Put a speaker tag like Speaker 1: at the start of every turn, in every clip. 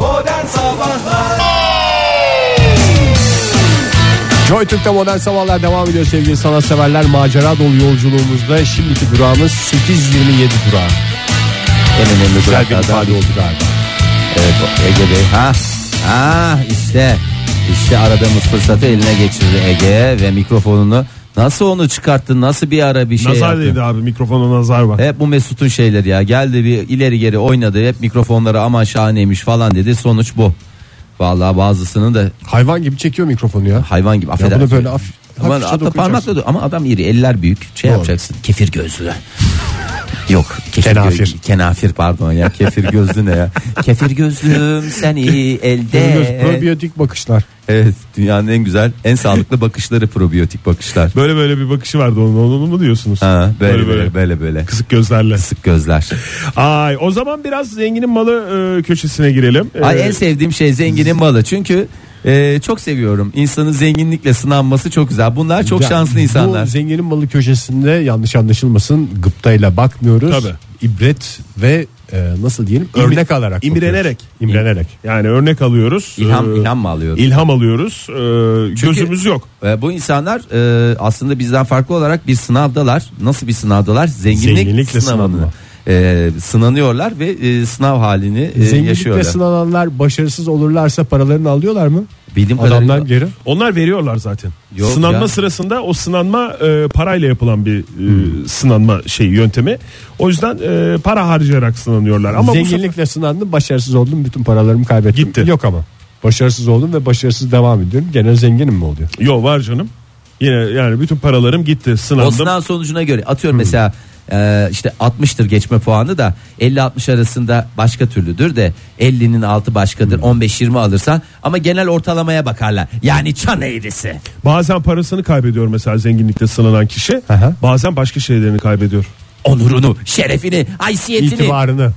Speaker 1: Modern Sabahlar
Speaker 2: Joy Türk'te modern sabahlar devam ediyor sevgili sanatseverler. Macera dolu yolculuğumuzda şimdiki durağımız 8.27 durağı.
Speaker 3: En önemli
Speaker 2: Güzel bir
Speaker 3: duraklardan
Speaker 2: ifade oldu galiba.
Speaker 3: Evet o Ege Bey ha ha işte işte aradığımız fırsatı eline geçirdi Ege ve mikrofonunu nasıl onu çıkarttın nasıl bir ara bir şey
Speaker 4: Nazar
Speaker 3: yaptın?
Speaker 4: değdi abi mikrofona nazar var.
Speaker 2: E,
Speaker 3: Hep bu Mesut'un şeyleri ya geldi bir ileri geri oynadı hep mikrofonları aman şahaneymiş falan dedi sonuç bu. Vallahi bazısının da
Speaker 2: Hayvan gibi çekiyor mikrofonu ya.
Speaker 3: hayvan gibi affedersin.
Speaker 2: bunu böyle hafif-
Speaker 3: Ama
Speaker 2: hafifçe
Speaker 3: hatta
Speaker 2: dokuyacaksın.
Speaker 3: parmakla da- ama adam iri eller büyük şey yapacaksın kefir gözlü. Yok kefir
Speaker 2: Kenafir.
Speaker 3: gö- kenafir pardon ya kefir gözlü ne ya kefir gözlüm sen iyi E,
Speaker 2: Böyle
Speaker 3: elde
Speaker 2: probiyotik bakışlar.
Speaker 3: evet dünyanın en güzel en sağlıklı bakışları probiyotik bakışlar
Speaker 4: Böyle böyle bir bakışı vardı onun. Onu mu diyorsunuz?
Speaker 3: ha, böyle, böyle, böyle böyle
Speaker 4: Kısık gözlerle.
Speaker 3: kısık gözler
Speaker 4: Ay o zaman biraz zenginin malı e, köşesine girelim.
Speaker 3: Ay
Speaker 4: E,
Speaker 3: en sevdiğim şey zenginin malı çünkü e, çok seviyorum insanın zenginlikle sınanması çok güzel bunlar çok
Speaker 2: Ya,
Speaker 3: şanslı insanlar
Speaker 2: Bu zenginin malı köşesinde yanlış anlaşılmasın gıptayla bakmıyoruz.
Speaker 4: Tabii.
Speaker 2: İbret ve e, nasıl diyelim
Speaker 4: İmre-
Speaker 2: örnek alarak.
Speaker 4: imrenerek.
Speaker 2: bakıyoruz. İmrenerek.
Speaker 4: Yani örnek alıyoruz.
Speaker 3: İlham-
Speaker 4: E,
Speaker 3: ilham mı alıyoruz?
Speaker 4: İlham alıyoruz. E,
Speaker 3: Çünkü-
Speaker 4: gözümüz yok.
Speaker 3: E, bu insanlar e, aslında bizden farklı olarak bir sınavdalar. Nasıl bir sınavdalar? Zenginlik
Speaker 4: Zenginlikle
Speaker 3: sınavını.
Speaker 4: sınanma.
Speaker 3: e, sınanıyorlar ve e, sınav halini e,
Speaker 2: Ee,
Speaker 3: yaşıyorlar.
Speaker 2: Zenginlikle sınananlar başarısız olurlarsa paralarını alıyorlar mı?
Speaker 3: Bildiğim
Speaker 2: Adamlar
Speaker 3: kadarıyla-
Speaker 2: geri.
Speaker 4: Onlar veriyorlar zaten.
Speaker 3: Yok
Speaker 4: sınanma
Speaker 3: ya.
Speaker 4: sırasında o sınanma e, parayla yapılan bir e,
Speaker 3: Hmm.
Speaker 4: sınanma şey yöntemi. O yüzden e, para harcayarak sınanıyorlar. Ama bu
Speaker 2: Zenginlikle
Speaker 4: sefer-
Speaker 2: sınandım başarısız oldum bütün paralarımı kaybettim.
Speaker 4: Gitti.
Speaker 2: Yok ama başarısız oldum ve başarısız devam ediyorum. Genel zenginim mi oluyor?
Speaker 4: Yo var canım. Yine yani bütün paralarım gitti.
Speaker 3: O
Speaker 4: Sınandım.
Speaker 3: sınav sonucuna göre atıyorum
Speaker 4: Hmm.
Speaker 3: mesela e, işte 60'tır geçme puanı da 50-60 arasında başka türlüdür de 50'nin altı
Speaker 4: Hmm.
Speaker 3: başkadır 15-20 alırsan ama genel ortalamaya bakarlar. Yani çan eğrisi.
Speaker 4: Bazen parasını kaybediyor mesela zenginlikte sınanan kişi.
Speaker 2: Aha.
Speaker 4: Bazen başka şeylerini kaybediyor.
Speaker 3: Onurunu, şerefini, haysiyetini.
Speaker 2: İtibarını.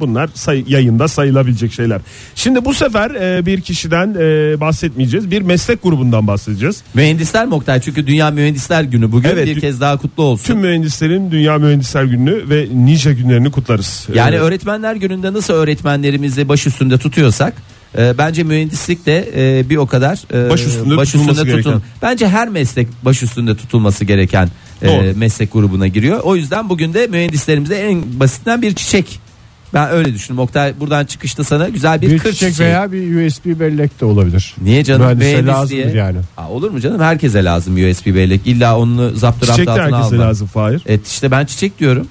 Speaker 4: Bunlar say- yayında sayılabilecek şeyler. Şimdi bu sefer e, bir kişiden e, bahsetmeyeceğiz. Bir meslek grubundan bahsedeceğiz.
Speaker 3: Mühendisler mi Oktay? Çünkü Dünya Mühendisler Günü bugün
Speaker 4: Evet,
Speaker 3: bir
Speaker 4: dü-
Speaker 3: kez daha kutlu olsun.
Speaker 4: Tüm mühendislerin Dünya Mühendisler Günü ve nice günlerini kutlarız.
Speaker 3: Yani
Speaker 4: E,
Speaker 3: öğretmenler gününde nasıl öğretmenlerimizi baş üstünde tutuyorsak e, bence mühendislik de e, bir o kadar e,
Speaker 4: Baş üstünde tutulması gereken.
Speaker 3: Bence her meslek baş üstünde tutulması gereken e,
Speaker 4: Doğru.
Speaker 3: meslek grubuna giriyor. O yüzden bugün de mühendislerimize en basitinden bir çiçek. Ben öyle düşündüm. Oktay buradan çıkışta sana güzel bir,
Speaker 2: Bir
Speaker 3: kır
Speaker 2: çiçek
Speaker 3: çiçeği.
Speaker 2: veya bir USB bellek de olabilir.
Speaker 3: Niye canım
Speaker 2: Mühendise
Speaker 3: mühendis
Speaker 2: lazımdır
Speaker 3: diye.
Speaker 2: yani.
Speaker 3: Aa, olur mu canım herkese lazım USB bellek. İlla onu zaptı
Speaker 4: Çiçek
Speaker 3: raptı
Speaker 4: de
Speaker 3: altına
Speaker 4: herkese
Speaker 3: alma.
Speaker 4: lazım Fahir.
Speaker 3: Evet işte ben çiçek diyorum.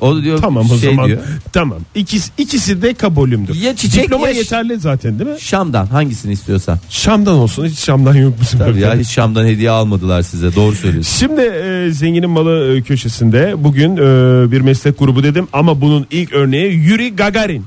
Speaker 3: O da diyor
Speaker 4: Tamam o
Speaker 3: şey
Speaker 4: zaman.
Speaker 3: diyor.
Speaker 4: Tamam. İkisi, ikisi de kabulümdür.
Speaker 3: Ya çiçek
Speaker 4: Diploma
Speaker 3: ya-
Speaker 4: yeterli zaten değil mi?
Speaker 3: Şam'dan hangisini istiyorsan.
Speaker 4: Şam'dan olsun. Hiç Şam'dan yok bu sefer.
Speaker 3: Tabii ya hiç Şam'dan hediye almadılar size. Doğru söylüyorsun.
Speaker 4: Şimdi e, zenginin malı e, köşesinde bugün e, bir meslek grubu dedim ama bunun ilk örneği Yuri Gagarin.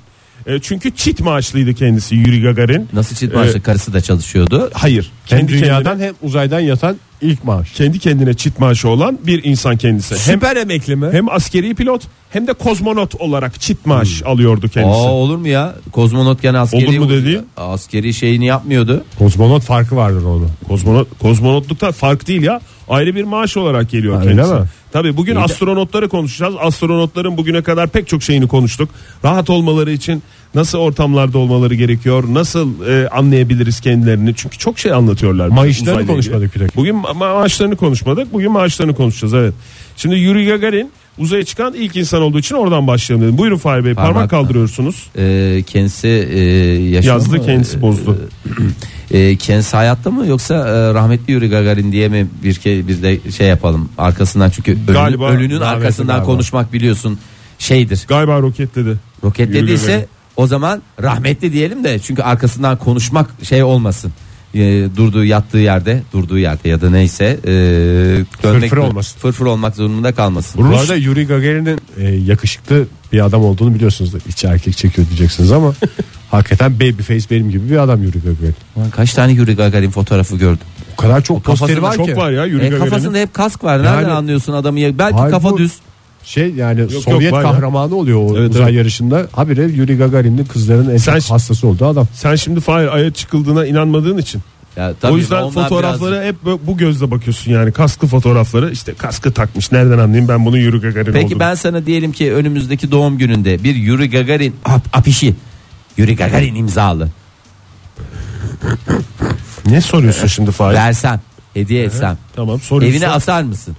Speaker 4: E, çünkü çit maaşlıydı kendisi Yuri Gagarin.
Speaker 3: Nasıl çift maaşla
Speaker 4: Ee,
Speaker 3: karısı da çalışıyordu.
Speaker 4: Hayır.
Speaker 2: Hem
Speaker 4: Kendi
Speaker 2: dünyadan
Speaker 4: kendine,
Speaker 2: hem uzaydan yatan ilk maaş.
Speaker 4: kendi kendine çit maaşı olan bir insan kendisi. Hem
Speaker 2: emekli mi?
Speaker 4: hem askeri pilot hem de kozmonot olarak çit maaş
Speaker 2: Hmm.
Speaker 4: alıyordu kendisi.
Speaker 3: Aa olur mu ya? Kozmonot gene askeri
Speaker 4: Olur mu dedi?
Speaker 3: Askeri şeyini yapmıyordu.
Speaker 2: Kozmonot farkı vardır onun.
Speaker 4: Kozmonot kozmonotlukta fark değil ya. Ayrı bir maaş olarak geliyor
Speaker 2: Ha,
Speaker 4: kendisi.
Speaker 2: öyle mi?
Speaker 4: Tabii bugün astronotları konuşacağız. Astronotların bugüne kadar pek çok şeyini konuştuk. Rahat olmaları için nasıl ortamlarda olmaları gerekiyor? Nasıl e, anlayabiliriz kendilerini? Çünkü çok şey anlatıyorlar. bize
Speaker 2: Maaşlarını
Speaker 4: uzayla ilgili.
Speaker 2: konuşmadık bir dakika.
Speaker 4: Bugün ma- maaşlarını konuşmadık. Bugün maaşlarını konuşacağız evet. Şimdi Yuri Gagarin uzaya çıkan ilk insan olduğu için oradan başlayalım dedim. Buyurun Fahri Bey parmak,
Speaker 3: Parmakla.
Speaker 4: kaldırıyorsunuz.
Speaker 3: Ee, kendisi e, yaşıyor
Speaker 4: Yazdı
Speaker 3: mu?
Speaker 4: kendisi
Speaker 3: Ee,
Speaker 4: bozdu.
Speaker 3: e, kendisi hayatta mı yoksa e, rahmetli Yuri Gagarin diye mi bir ke, bir de şey yapalım arkasından çünkü ölünün,
Speaker 4: Galiba
Speaker 3: ölünün
Speaker 4: rahmetli
Speaker 3: arkasından
Speaker 4: galiba.
Speaker 3: konuşmak biliyorsun şeydir.
Speaker 4: Galiba roketledi. Yuri Gagarin.
Speaker 3: Roketlediyse o zaman rahmetli diyelim de çünkü arkasından konuşmak şey olmasın. Ee, durduğu yattığı yerde durduğu yerde ya da neyse e, dönmek
Speaker 2: Fırfır olmasın.
Speaker 3: fırfır olmak zorunda kalmasın.
Speaker 2: Bu
Speaker 4: Rus-
Speaker 2: arada Yuri Gagarin'in e, yakışıklı bir adam olduğunu biliyorsunuz. da İçi erkek çekiyor diyeceksiniz ama hakikaten baby face benim gibi bir adam Yuri Gagarin.
Speaker 3: Ulan kaç tane Yuri Gagarin fotoğrafı gördüm.
Speaker 2: O kadar çok posteri
Speaker 3: kafasında
Speaker 2: var
Speaker 4: Çok
Speaker 2: ki.
Speaker 4: var ya Yuri
Speaker 3: E,
Speaker 4: Gagarin'in.
Speaker 3: kafasında hep kask var. Nereden
Speaker 2: Yani-
Speaker 3: anlıyorsun adamı? ya? Belki
Speaker 2: Hayır,
Speaker 3: kafa
Speaker 2: bu-
Speaker 3: düz.
Speaker 2: Şey yani
Speaker 4: yok,
Speaker 2: Sovyet
Speaker 4: var ya.
Speaker 2: kahramanı oluyor o
Speaker 4: Evet,
Speaker 2: uzay
Speaker 4: evet.
Speaker 2: yarışında. Habire Yuri Gagarin'in kızların en
Speaker 4: Sen-
Speaker 2: çok hastası olduğu adam.
Speaker 4: Sen şimdi Fahir aya çıkıldığına inanmadığın için
Speaker 3: Ya, tabii
Speaker 4: o yüzden
Speaker 3: onlar
Speaker 4: fotoğraflara
Speaker 3: biraz-
Speaker 4: hep bu- bu gözle bakıyorsun yani kasklı fotoğrafları işte kaskı takmış nereden anlayayım ben bunu Yuri Gagarin
Speaker 3: Peki
Speaker 4: olduğunu.
Speaker 3: ben sana diyelim ki önümüzdeki doğum gününde bir Yuri Gagarin ap- afişi Yuri Gagarin imzalı.
Speaker 4: Ne soruyorsun şimdi Fahir?
Speaker 3: Versem, hediye etsem.
Speaker 4: Tamam soruyorsun.
Speaker 3: Evine asar mısın?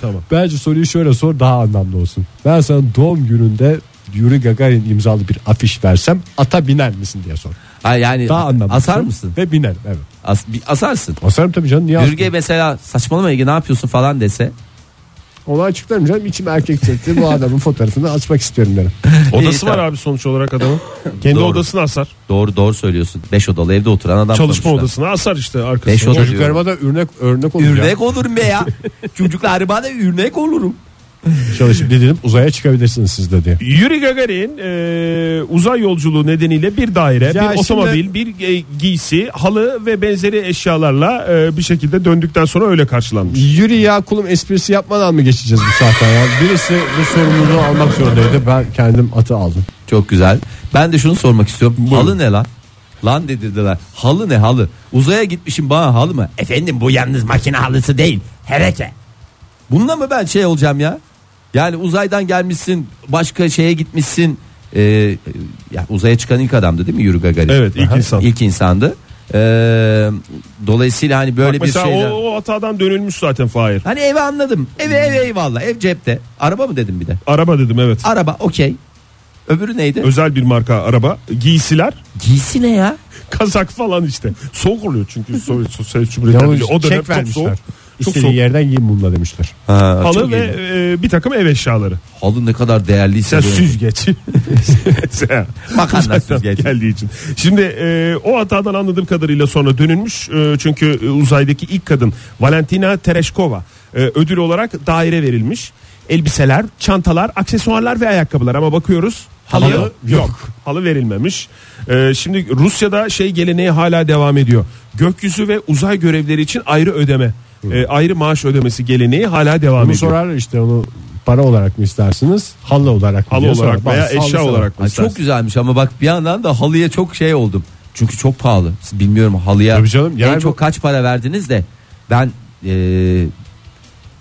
Speaker 4: Tamam.
Speaker 2: Bence soruyu şöyle sor daha anlamlı olsun. Ben sana doğum gününde Yuri Gagarin imzalı bir afiş versem ata biner misin diye sor.
Speaker 3: Ha yani
Speaker 2: Daha anlamlı.
Speaker 3: asar
Speaker 2: olsun.
Speaker 3: mısın?
Speaker 2: Ve biner evet.
Speaker 3: As- bir asarsın.
Speaker 2: Asarım tabii canım niye
Speaker 3: Yürge
Speaker 2: asarım?
Speaker 3: mesela saçmalama Ege ne yapıyorsun falan dese.
Speaker 2: Onu açıklarım canım içim erkek çekti bu adamın fotoğrafını açmak istiyorum derim.
Speaker 3: İyi,
Speaker 4: Odası var
Speaker 3: tamam.
Speaker 4: abi sonuç olarak adamın. Kendi
Speaker 3: Doğru.
Speaker 4: odasını asar.
Speaker 3: Doğru doğru söylüyorsun. 5 odalı evde oturan adam
Speaker 4: Çalışma
Speaker 3: sonuçta.
Speaker 4: odasını asar işte
Speaker 3: Beş
Speaker 4: arkasına.
Speaker 3: oda-
Speaker 2: Çocuklarıma da örnek örnek olur. ya.
Speaker 3: Örnek olurum be ya. Çocuklarıma da örnek olurum.
Speaker 2: Çalışıp dedim uzaya çıkabilirsiniz siz de diye.
Speaker 4: Yuri Gagarin e, uzay yolculuğu nedeniyle bir daire, bir
Speaker 2: şimdi-
Speaker 4: otomobil, bir e, giysi, halı ve benzeri eşyalarla e, bir şekilde döndükten sonra öyle karşılanmış.
Speaker 2: Yürü ya kulum esprisi yapmadan mı geçeceğiz bu saatten ya? Birisi bu sorumluluğu almak zorundaydı. Ben kendim atı aldım.
Speaker 3: Çok güzel. Ben de şunu sormak istiyorum. Halı ne lan? Lan dedirdiler. Halı ne halı? Uzaya gitmişim bana halı mı? Efendim bu yalnız makine halısı değil. Hereke. Bununla mı ben şey olacağım ya? Yani uzaydan gelmişsin başka şeye gitmişsin. Ee, ya uzaya çıkan ilk adamdı değil mi Yuri Gagarin?
Speaker 4: Evet, ilk insan.
Speaker 3: İlk insandı. Ee, dolayısıyla hani böyle bir
Speaker 4: Mesela
Speaker 3: şeyler.
Speaker 4: o, Hmm. o hatadan dönülmüş zaten Fahir.
Speaker 3: Hani evi anladım. Evi ev eyvallah. Ev cepte. Araba mı dedim bir de?
Speaker 4: Araba dedim evet.
Speaker 3: Araba okey. Öbürü neydi?
Speaker 4: Özel bir marka araba. Giysiler,
Speaker 3: Giysi ne ya?
Speaker 4: kazak falan işte. Soğuk oluyor çünkü Sovyet Sosyalist
Speaker 2: Yalnız
Speaker 4: Cumhuriyeti. O dönem
Speaker 2: çek
Speaker 4: çok soğuk.
Speaker 2: vermişler.
Speaker 4: Çok
Speaker 2: İstediğin
Speaker 4: soğuk.
Speaker 2: yerden giyin bununla demişler.
Speaker 3: Ha, çok
Speaker 4: Halı
Speaker 3: iyi.
Speaker 4: ve e, bir takım ev eşyaları.
Speaker 3: Halı ne kadar değerliyse
Speaker 4: Sen
Speaker 3: böyle.
Speaker 4: süzgeç. Sen-
Speaker 3: Makarna süzgeç.
Speaker 4: geldiği için. Şimdi e, o hatadan anladığım kadarıyla sonra dönülmüş. E, çünkü e, uzaydaki ilk kadın Valentina Tereshkova e, ödül olarak daire verilmiş. Elbiseler, çantalar, aksesuarlar ve ayakkabılar ama bakıyoruz halı,
Speaker 3: Halı
Speaker 4: yok. Halı verilmemiş. E, şimdi Rusya'da şey geleneği hala devam ediyor. Gökyüzü ve uzay görevleri için ayrı ödeme, e, ayrı maaş ödemesi geleneği hala devam
Speaker 2: Bunu
Speaker 4: ediyor.
Speaker 2: sorarlar işte onu para olarak mı istersiniz? Halı olarak mı?
Speaker 4: Halı
Speaker 2: diye
Speaker 4: olarak
Speaker 2: sorar.
Speaker 4: veya
Speaker 2: Bazısı halı
Speaker 4: eşya
Speaker 2: sorar.
Speaker 4: olarak mı?
Speaker 3: Ay, çok güzelmiş ama bak bir yandan da halıya çok şey oldum. Çünkü çok pahalı. Siz bilmiyorum halıya
Speaker 2: Tabii canım,
Speaker 3: en
Speaker 2: yani bu-
Speaker 3: çok kaç para verdiniz de ben e,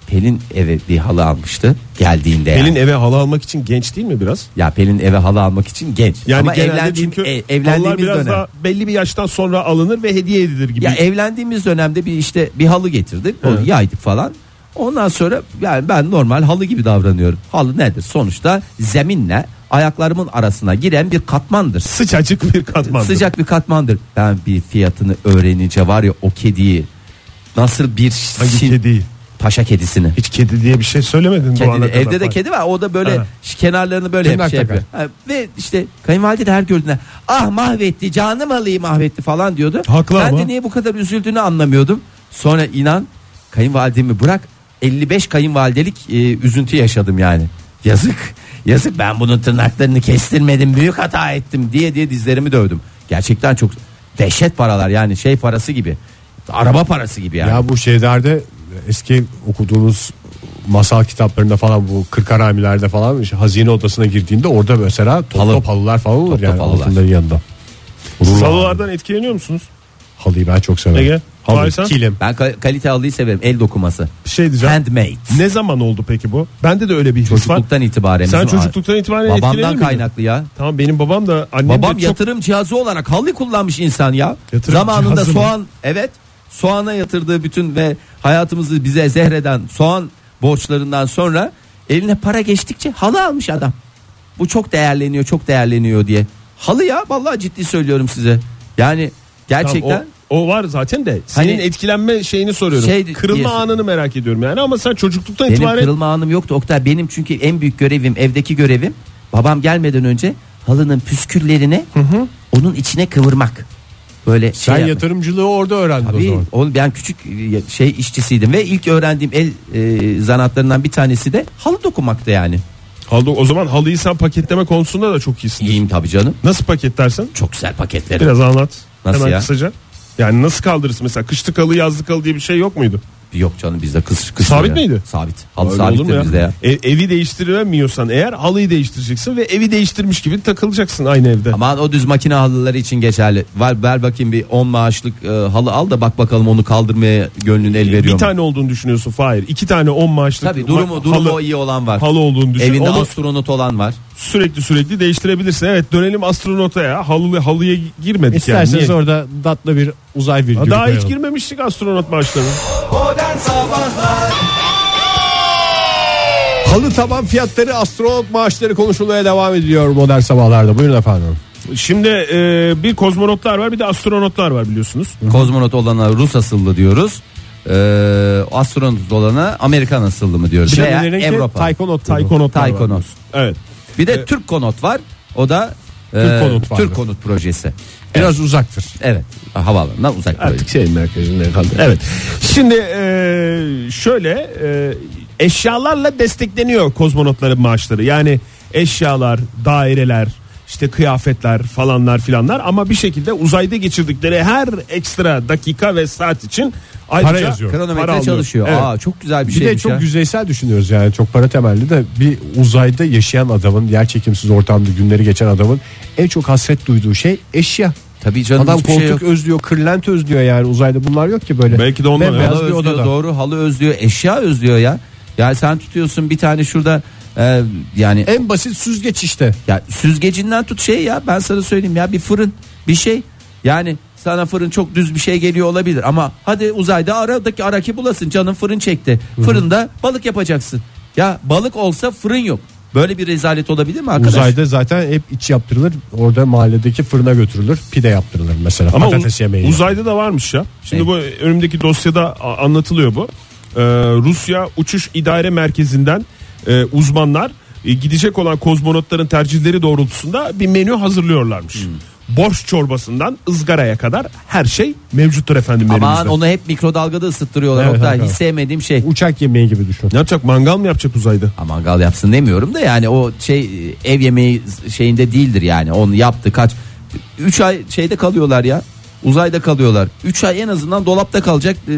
Speaker 3: Pelin eve bir halı almıştı geldiğinde.
Speaker 4: Elin
Speaker 3: yani.
Speaker 4: eve halı almak için genç değil mi biraz?
Speaker 3: Ya Pelin eve halı almak için genç.
Speaker 4: Yani
Speaker 3: ama
Speaker 4: genelde
Speaker 3: evlendiğim,
Speaker 4: çünkü
Speaker 3: e, evlendiğimiz
Speaker 4: halılar biraz
Speaker 3: dönem.
Speaker 4: daha belli bir yaştan sonra alınır ve hediye edilir gibi.
Speaker 3: Ya e, evlendiğimiz dönemde bir işte bir halı getirdik. Onu yaydık falan. Ondan sonra yani ben normal halı gibi davranıyorum. Halı nedir? Sonuçta zeminle ayaklarımın arasına giren bir katmandır.
Speaker 4: Sıcacık bir katmandır.
Speaker 3: Sıcak bir katmandır. Ben bir fiyatını öğrenince var ya o kediyi nasıl bir
Speaker 4: Hangi
Speaker 3: sin-
Speaker 4: kediyi?
Speaker 3: paşa kedisini.
Speaker 4: Hiç kedi diye bir şey söylemedin bu
Speaker 3: Kedini,
Speaker 4: ana kadar.
Speaker 3: evde de kedi var. O da böyle
Speaker 4: Ha.
Speaker 3: şu kenarlarını böyle
Speaker 2: Tırnak
Speaker 3: hep şey
Speaker 2: takar.
Speaker 3: yapıyor. Ha, Ve işte kayınvalide de her gördüğünde ah mahvetti canım alayım mahvetti falan diyordu.
Speaker 4: Haklı
Speaker 3: ben
Speaker 4: ama.
Speaker 3: de niye bu kadar üzüldüğünü anlamıyordum. Sonra inan kayınvalidemi bırak 55 kayınvalidelik e, üzüntü yaşadım yani. Yazık yazık ben bunun tırnaklarını kestirmedim büyük hata ettim diye diye dizlerimi dövdüm. Gerçekten çok dehşet paralar yani şey parası gibi. Araba parası gibi yani.
Speaker 2: Ya bu şeylerde eski okuduğumuz masal kitaplarında falan bu kırkarhamilerde falan işte hazine odasına girdiğinde orada mesela top
Speaker 3: Halı.
Speaker 2: top halılar falan olur
Speaker 3: Top top
Speaker 2: yani
Speaker 3: halılar.
Speaker 2: altınların yanında.
Speaker 4: Siz
Speaker 2: Vururlar.
Speaker 4: halılardan etkileniyor musunuz?
Speaker 2: Halıyı ben çok severim.
Speaker 4: Ege,
Speaker 2: Halı,
Speaker 4: Fahir sen?
Speaker 2: kilim.
Speaker 3: Ben ka- kalite alıyı severim el dokuması.
Speaker 4: Bir şey diyeceğim.
Speaker 3: Handmade.
Speaker 4: Ne zaman oldu peki bu? Bende de öyle bir his var.
Speaker 3: Çocukluktan itibaren.
Speaker 4: Sen
Speaker 3: bizim-
Speaker 4: çocukluktan itibaren etkilendin
Speaker 3: Babamdan
Speaker 4: mi?
Speaker 3: kaynaklı ya.
Speaker 4: Tamam benim babam da annem
Speaker 3: Babam
Speaker 4: de çok
Speaker 3: yatırım cihazı olarak halı kullanmış insan ya.
Speaker 4: Yatırım
Speaker 3: Zamanında
Speaker 4: cihazı mı?
Speaker 3: soğan evet soğana yatırdığı bütün ve hayatımızı bize zehreden soğan borçlarından sonra eline para geçtikçe halı almış adam. Bu çok değerleniyor çok değerleniyor diye. Halı ya vallahi ciddi söylüyorum size. Yani
Speaker 4: Tamam,
Speaker 3: gerçekten
Speaker 4: o, o var zaten de. Senin
Speaker 3: Hani-
Speaker 4: etkilenme şeyini soruyorum.
Speaker 3: Şey
Speaker 4: kırılma
Speaker 3: diyorsun.
Speaker 4: anını merak ediyorum yani ama sen çocukluktan
Speaker 3: Benim
Speaker 4: itibaren
Speaker 3: kırılma anım yoktu Oktay. Benim çünkü en büyük görevim evdeki görevim babam gelmeden önce halının püsküllerini onun içine kıvırmak. Böyle
Speaker 2: Sen
Speaker 3: şey yapmak.
Speaker 2: yatırımcılığı orada öğrendin o
Speaker 3: Tabii
Speaker 2: zaman.
Speaker 3: oğlum ben küçük e, şey işçisiydim ve ilk öğrendiğim el e, zanaatlarından bir tanesi de halı dokumaktı yani.
Speaker 4: Halı- o zaman halıyı sen paketleme konusunda da çok iyisin.
Speaker 3: İyiyim tabii canım.
Speaker 4: Nasıl paketlersin?
Speaker 3: Çok güzel paketlerim.
Speaker 4: Biraz anlat.
Speaker 3: Nasıl
Speaker 4: Hemen
Speaker 3: ya?
Speaker 4: kısaca. Yani nasıl kaldırırsın mesela kışlık halı yazlık halı diye bir şey yok muydu?
Speaker 3: Yok canım bizde kız kız.
Speaker 4: Sabit
Speaker 3: ya.
Speaker 4: miydi?
Speaker 3: Sabit. Halı
Speaker 4: Öyle
Speaker 3: sabit
Speaker 4: olur mu
Speaker 3: de bizde ya.
Speaker 4: E, evi değiştiremiyorsan eğer halıyı değiştireceksin ve evi değiştirmiş gibi takılacaksın aynı evde.
Speaker 3: Aman o düz makine halıları için geçerli. Ver, ver bakayım bir 10 maaşlık e, halı al da bak bakalım onu kaldırmaya gönlün el veriyor
Speaker 4: bir
Speaker 3: mu?
Speaker 4: tane olduğunu düşünüyorsun Fahir. İki tane on maaşlık
Speaker 3: Tabii durumu
Speaker 4: ma-
Speaker 3: durumu
Speaker 4: halı,
Speaker 3: iyi olan var.
Speaker 4: halı olduğunu düşün.
Speaker 3: Evinde
Speaker 4: Onu
Speaker 3: astronot olan var.
Speaker 4: sürekli sürekli değiştirebilirsin. Evet dönelim astronota ya. Halı, halıya girmedik yani.
Speaker 2: İsterseniz
Speaker 4: Niye?
Speaker 2: orada tatlı bir uzay virgülü
Speaker 4: Ha, Daha hiç
Speaker 2: koyalım.
Speaker 4: girmemiştik astronot maaşlarına.
Speaker 1: Modern Sabahlar
Speaker 2: Halı taban fiyatları astronot maaşları konuşulmaya devam ediyor modern sabahlarda. Buyurun efendim.
Speaker 4: Şimdi e, bir kozmonotlar var bir de astronotlar var biliyorsunuz.
Speaker 3: Kozmonot olana Rus asıllı diyoruz. Ee, astronot olana Amerikan asıllı mı diyoruz? Veya
Speaker 2: Şimdilerinki
Speaker 3: Avrupa.
Speaker 2: Taykonot.
Speaker 4: Taykonotlar var.
Speaker 3: Taykonot.
Speaker 4: Evet.
Speaker 3: Bir de Türk konot var. O da
Speaker 2: Türk
Speaker 3: e,
Speaker 2: konut vardı.
Speaker 3: Türk konut projesi.
Speaker 2: Biraz uzaktır.
Speaker 3: Evet. Havaalanından uzak proje.
Speaker 4: Artık şey merkezinde kaldı. Evet. Şimdi e, şöyle e, eşyalarla destekleniyor kozmonotların maaşları. Yani eşyalar, daireler, işte kıyafetler falanlar filanlar ama bir şekilde uzayda geçirdikleri her ekstra dakika ve saat için ayrıca
Speaker 2: Para yazıyor.
Speaker 3: Kronometre
Speaker 4: para alıyor.
Speaker 3: çalışıyor.
Speaker 4: Evet.
Speaker 3: Aa çok güzel bir,
Speaker 2: Bir de
Speaker 3: şeymiş
Speaker 2: çok
Speaker 3: ya.
Speaker 2: yüzeysel düşünüyoruz yani çok para temelli de bir uzayda yaşayan adamın yer çekimsiz ortamda günleri geçen adamın en çok hasret duyduğu şey eşya.
Speaker 3: Tabii canım
Speaker 2: Adam
Speaker 3: hiçbir şey yok.
Speaker 2: koltuk özlüyor, kırlent özlüyor yani uzayda bunlar yok ki böyle.
Speaker 4: Belki de ondan
Speaker 2: Bembeyaz
Speaker 4: evet.
Speaker 3: halı
Speaker 2: bir
Speaker 3: özlüyor
Speaker 2: odada.
Speaker 3: doğru halı özlüyor eşya özlüyor ya. Yani sen tutuyorsun bir tane şurada e, yani
Speaker 2: En basit süzgeç işte.
Speaker 3: ya süzgecinden tut şey ya ben sana söyleyeyim ya bir fırın bir şey yani sana fırın çok düz bir şey geliyor olabilir ama hadi uzayda aradaki araki bulasın canın fırın çekti fırında balık yapacaksın ya balık olsa fırın yok böyle bir rezalet olabilir mi arkadaş?
Speaker 2: Uzayda zaten hep iç yaptırılır. Orada mahalledeki fırına götürülür. Pide yaptırılır mesela.
Speaker 4: Ama
Speaker 2: patates
Speaker 4: uz-
Speaker 2: yemeği.
Speaker 4: uzayda da varmış ya. Şimdi
Speaker 3: Ne?
Speaker 4: bu önümdeki dosyada a- anlatılıyor bu. Ee, Rusya Uçuş İdare Merkezi'nden e, uzmanlar e, gidecek olan kozmonotların tercihleri doğrultusunda bir menü hazırlıyorlarmış. Borş çorbasından ızgaraya kadar her şey mevcuttur efendim
Speaker 3: Aman
Speaker 4: elimizde.
Speaker 3: onu hep mikrodalgada ısıttırıyorlar
Speaker 2: Evet,
Speaker 3: Oktay.
Speaker 2: evet,
Speaker 3: hiç
Speaker 2: evet.
Speaker 3: sevmediğim şey.
Speaker 2: Uçak yemeği gibi düşün.
Speaker 4: Ne yapacak mangal mı yapacak uzayda?
Speaker 3: Ha, mangal yapsın demiyorum da yani o şey ev yemeği şeyinde değildir yani onu yaptı kaç 3 ay şeyde kalıyorlar ya uzayda kalıyorlar 3 ay en azından dolapta kalacak e,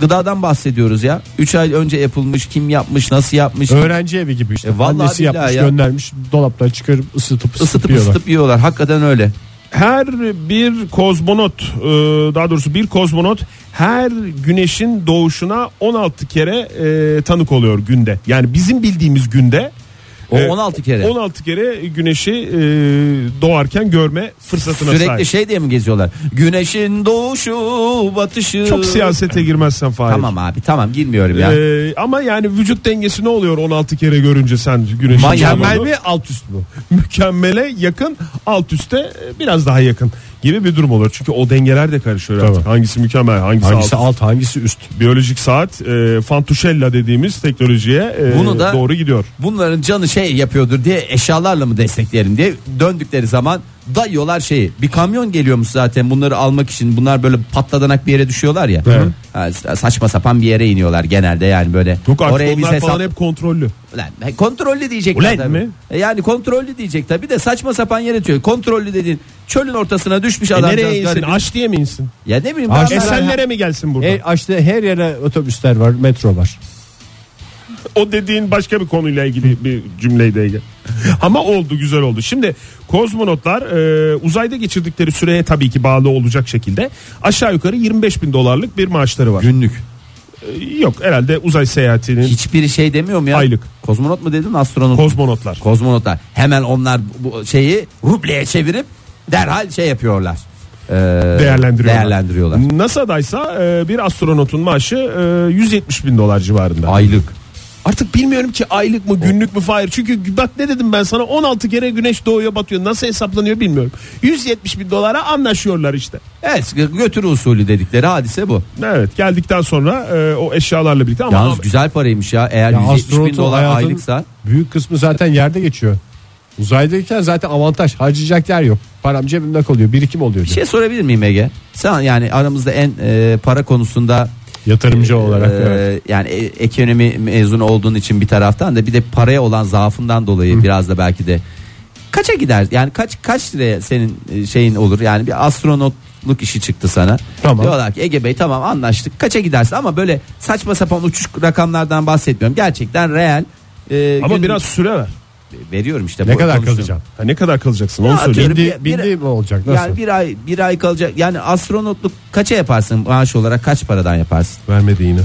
Speaker 3: gıdadan bahsediyoruz ya 3 ay önce yapılmış kim yapmış nasıl yapmış
Speaker 2: Öğrenci evi gibi işte.
Speaker 3: E, vallahi
Speaker 2: Annesi
Speaker 3: billahi
Speaker 2: yapmış
Speaker 3: ya.
Speaker 2: göndermiş dolaptan çıkarıp ısıtıp ısıtıp,
Speaker 3: ısıtıp
Speaker 2: yiyorlar.
Speaker 3: ısıtıp yiyorlar hakikaten öyle
Speaker 4: Her bir kozmonot e, daha doğrusu bir kozmonot her güneşin doğuşuna 16 kere e, tanık oluyor günde. Yani bizim bildiğimiz günde
Speaker 3: o
Speaker 4: e,
Speaker 3: 16 kere
Speaker 4: 16 kere güneşi e, doğarken görme fırsatına
Speaker 3: sürekli
Speaker 4: sahip.
Speaker 3: şey diye mi geziyorlar güneşin doğuşu batışı
Speaker 4: Çok siyasete girmezsen Fahir.
Speaker 3: tamam abi tamam girmiyorum ya
Speaker 4: E, ama yani vücut dengesi ne oluyor 16 kere görünce sen güneşin
Speaker 3: Manyak
Speaker 4: doğumunu?
Speaker 2: Mükemmel mi alt üst mü?
Speaker 4: mükemmele yakın alt üste e, biraz daha yakın gibi bir durum olur. Çünkü o dengeler de karışıyor artık.
Speaker 2: Tabii.
Speaker 4: Hangisi mükemmel hangisi,
Speaker 2: Hangisi
Speaker 4: alt.
Speaker 2: alt hangisi üst?
Speaker 4: Biyolojik saat e, Fantuşella dediğimiz teknolojiye e,
Speaker 3: Bunu da-
Speaker 4: doğru gidiyor.
Speaker 3: bunların canı şey yapıyordur diye eşyalarla mı desteklerim diye döndükleri zaman dayıyorlar şeyi. Bir kamyon geliyormuş zaten bunları almak için. Bunlar böyle patladanak bir yere düşüyorlar ya.
Speaker 2: Evet.
Speaker 3: Ha, sa- saçma sapan bir yere iniyorlar genelde yani böyle.
Speaker 4: Yok artık
Speaker 3: Oraya biz
Speaker 4: onlar
Speaker 3: hesap-
Speaker 4: falan hep kontrollü.
Speaker 3: Ulan, he, kontrollü diyecek
Speaker 4: Ulan
Speaker 3: tabii.
Speaker 4: mi?
Speaker 3: E Yani kontrollü diyecek tabi de saçma sapan yere atıyor. Kontrollü dediğin çölün ortasına düşmüş
Speaker 4: E,
Speaker 3: adam.
Speaker 4: nereye insin? Aç diye mi insin?
Speaker 3: Ya ne bileyim
Speaker 2: Aş-
Speaker 3: ben-
Speaker 4: Esenlere mi gelsin burada?
Speaker 2: E, işte her yere otobüsler var, metro var.
Speaker 4: O dediğin başka bir konuyla ilgili bir cümleydi Ege. Ama oldu güzel oldu. Şimdi kozmonotlar e, uzayda geçirdikleri süreye tabii ki bağlı olacak şekilde aşağı yukarı 25 bin dolarlık bir maaşları var.
Speaker 3: günlük.
Speaker 4: E, yok herhalde uzay seyahatinin
Speaker 3: Hiçbiri şey demiyor mu ya?
Speaker 4: Aylık.
Speaker 3: Kozmonot mu dedin astronot mu?
Speaker 4: kozmonotlar.
Speaker 3: kozmonotlar hemen onlar bu şeyi rubleye çevirip derhal şey yapıyorlar. Ee,
Speaker 4: E, Değerlendiriyorlar.
Speaker 3: değerlendiriyorlar.
Speaker 4: NASA'daysa e, bir astronotun maaşı e, 170 bin dolar civarında.
Speaker 3: Aylık.
Speaker 4: Artık bilmiyorum ki aylık mı günlük mü Fahir. Çünkü bak ne dedim ben sana 16 kere güneş doğuya batıyor. Nasıl hesaplanıyor bilmiyorum. 170 bin dolara anlaşıyorlar işte.
Speaker 3: Evet götürü usulü dedikleri hadise bu.
Speaker 4: Evet geldikten sonra e, o eşyalarla birlikte ama
Speaker 3: Yalnız güzel paraymış ya eğer
Speaker 2: Ya
Speaker 3: 170 bin
Speaker 2: astronotun
Speaker 3: dolar
Speaker 2: hayatın
Speaker 3: aylıksa.
Speaker 2: büyük kısmı zaten yerde geçiyor. Uzaydayken zaten avantaj harcayacak yer yok. Param cebimde kalıyor, birikim oluyor.
Speaker 3: Bir
Speaker 2: diyor.
Speaker 3: şey sorabilir miyim Ege? Sen yani aramızda en e, para konusunda
Speaker 2: Yatırımcı
Speaker 3: e,
Speaker 2: olarak. evet.
Speaker 3: yani e- ekonomi mezunu olduğun için bir taraftan da bir de paraya olan zaafından dolayı biraz da belki de kaça gider? Yani kaç kaç liraya senin e, şeyin olur? Yani bir astronotluk işi çıktı sana.
Speaker 2: Tamam.
Speaker 3: Diyorlar ki Ege Bey tamam anlaştık. Kaça gidersin ama böyle saçma sapan uçuş rakamlardan bahsetmiyorum. Gerçekten reel e,
Speaker 4: ama
Speaker 3: gün-
Speaker 4: biraz süre ver.
Speaker 3: veriyorum işte.
Speaker 2: Ne
Speaker 3: bu
Speaker 2: kadar
Speaker 3: konuştuğum-
Speaker 2: kalacağım?
Speaker 4: Ha, ne kadar kalacaksın onu
Speaker 3: Ya
Speaker 4: söyleyeyim.
Speaker 3: atıyorum
Speaker 2: Bindi,
Speaker 3: e, bir- bir-
Speaker 2: bindi mi olacak? Nasıl?
Speaker 3: Yani bir ay bir ay kalacak. Yani astronotluk kaça yaparsın maaş olarak kaç paradan yaparsın?
Speaker 4: Vermedi yine.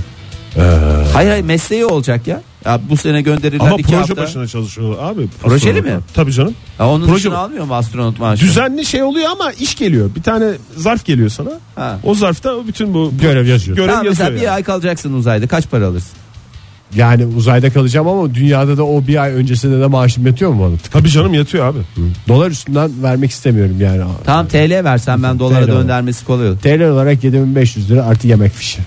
Speaker 3: Hayır hayır mesleği olacak ya. ya bu sene gönderirler
Speaker 4: Ama
Speaker 3: iki
Speaker 4: proje
Speaker 3: hafta.
Speaker 4: başına çalışıyorlar abi.
Speaker 3: Projeli
Speaker 4: astronotlar.
Speaker 3: mi?
Speaker 4: Tabii canım.
Speaker 3: Ya onun
Speaker 4: Proje-
Speaker 3: dışına almıyor mu astronot maaşı?
Speaker 4: Düzenli şey oluyor ama iş geliyor. Bir tane zarf geliyor sana.
Speaker 3: Ha.
Speaker 4: O zarfta bütün bu
Speaker 2: Görev yazıyor.
Speaker 4: görev
Speaker 3: Tamam,
Speaker 4: yazıyor.
Speaker 3: mesela bir
Speaker 4: yani.
Speaker 3: ay kalacaksın uzayda kaç para alırsın?
Speaker 2: Yani uzayda kalacağım ama dünyada da o bir ay öncesinde de maaşım yatıyor mu bana? Tık.
Speaker 4: Tabii canım yatıyor abi.
Speaker 2: Dolar üstünden vermek istemiyorum yani.
Speaker 3: Tamam TL versen ben dolara
Speaker 2: TL.
Speaker 3: döndürmesi kolay olur.
Speaker 2: TL olarak 7500 lira artı yemek fişi.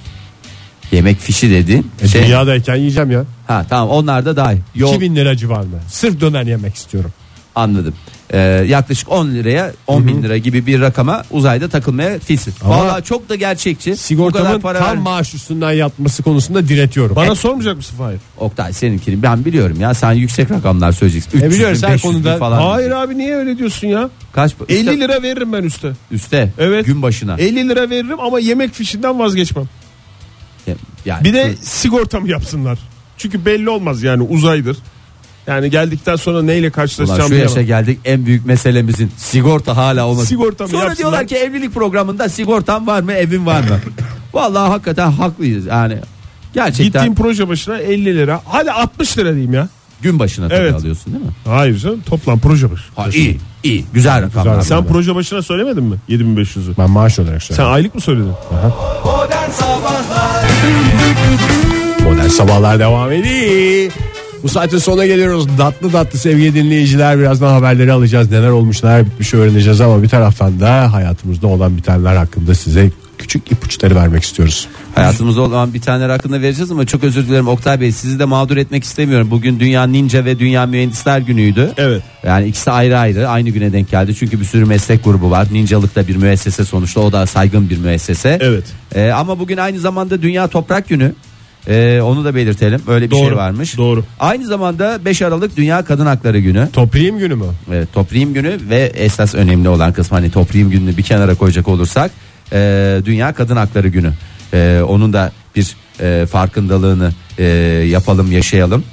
Speaker 3: Yemek fişi dedin.
Speaker 2: E
Speaker 3: Şey,
Speaker 2: Dünyadayken yiyeceğim ya.
Speaker 3: ha tamam onlar da dahil. Yol
Speaker 2: 2000 lira civarında. Sırf döner yemek istiyorum.
Speaker 3: anladım. Ee, yaklaşık 10 liraya 10 bin lira gibi bir rakama uzayda takılmaya fiilsin.
Speaker 2: Ama-
Speaker 3: Vallahi çok da gerçekçi. Bu
Speaker 2: Sigortamın
Speaker 3: kadar para
Speaker 2: tam
Speaker 3: ver-
Speaker 2: maaş üstünden yatması konusunda diretiyorum.
Speaker 3: E-
Speaker 2: E,
Speaker 4: Bana sormayacak mısın Fahir?
Speaker 3: Oktay seninkini ben biliyorum ya sen yüksek rakamlar söyleyeceksin. 300
Speaker 2: biliyorum,
Speaker 3: bin,
Speaker 2: sen
Speaker 3: 500 bin
Speaker 2: konuda-
Speaker 3: falan.
Speaker 4: Hayır abi niye öyle diyorsun ya?
Speaker 3: Kaç? pa-
Speaker 4: 50
Speaker 3: Üste-
Speaker 4: lira veririm ben üste.
Speaker 3: Üste.
Speaker 4: Evet. E,
Speaker 3: Gün başına.
Speaker 4: 50 lira veririm ama yemek fişinden vazgeçmem.
Speaker 3: Yani
Speaker 4: Bir de sigortamı yapsınlar. Çünkü belli olmaz yani uzaydır. Yani geldikten sonra neyle
Speaker 3: Ulan
Speaker 4: karşılaşacağım
Speaker 3: şu yaşa
Speaker 4: bilemem.
Speaker 3: geldik en büyük meselemizin sigorta hala olmadı.
Speaker 4: Sigortamı
Speaker 3: Sonra
Speaker 4: yapsınlar.
Speaker 3: diyorlar ki evlilik programında sigortan var mı evin var mı? Vallahi hakikaten haklıyız yani. Gerçekten
Speaker 4: Gittiğim proje başına 50 lira. Hadi 60 lira diyeyim ya.
Speaker 3: gün başına tabii
Speaker 4: Evet.
Speaker 3: alıyorsun değil mi?
Speaker 4: Hayır canım toplam proje başı.
Speaker 3: Ha, iyi iyi güzel rakamlar.
Speaker 4: Sen
Speaker 3: bunlar.
Speaker 4: proje başına söylemedin mi 7500'ü?
Speaker 2: Ben maaş olarak
Speaker 4: Sen
Speaker 2: söylüyorum.
Speaker 4: aylık mı söyledin?
Speaker 1: Modern Sabahlar
Speaker 2: Modern sabahlar devam ediyor. Bu saatin sonuna geliyoruz. Tatlı tatlı sevgili dinleyiciler. Birazdan haberleri alacağız. Neler olmuş neler bitmiş öğreneceğiz ama bir taraftan da hayatımızda olan bitenler hakkında size küçük ipuçları vermek istiyoruz.
Speaker 3: Hayatımızda olan bitenler hakkında vereceğiz ama çok özür dilerim Oktay Bey sizi de mağdur etmek istemiyorum. Bugün Dünya Ninja ve Dünya Mühendisler Günü'ydü.
Speaker 4: Evet.
Speaker 3: Yani ikisi ayrı ayrı aynı güne denk geldi. Çünkü bir sürü meslek grubu var. Ninjalık da bir müessese sonuçta o da saygın bir müessese.
Speaker 4: Evet.
Speaker 3: Ee, ama bugün aynı zamanda Dünya Toprak Günü. Ee, onu da belirtelim. Öyle bir şey
Speaker 4: Doğru,
Speaker 3: varmış.
Speaker 4: doğru.
Speaker 3: Aynı zamanda 5 Aralık Dünya Kadın Hakları Günü.
Speaker 2: Toprağım günü mü?
Speaker 3: Evet, toprağım e, günü ve esas önemli olan kısmı hani toprağım gününü bir kenara koyacak olursak e, Dünya Kadın Hakları Günü. E, onun da bir e, farkındalığını e, yapalım yaşayalım.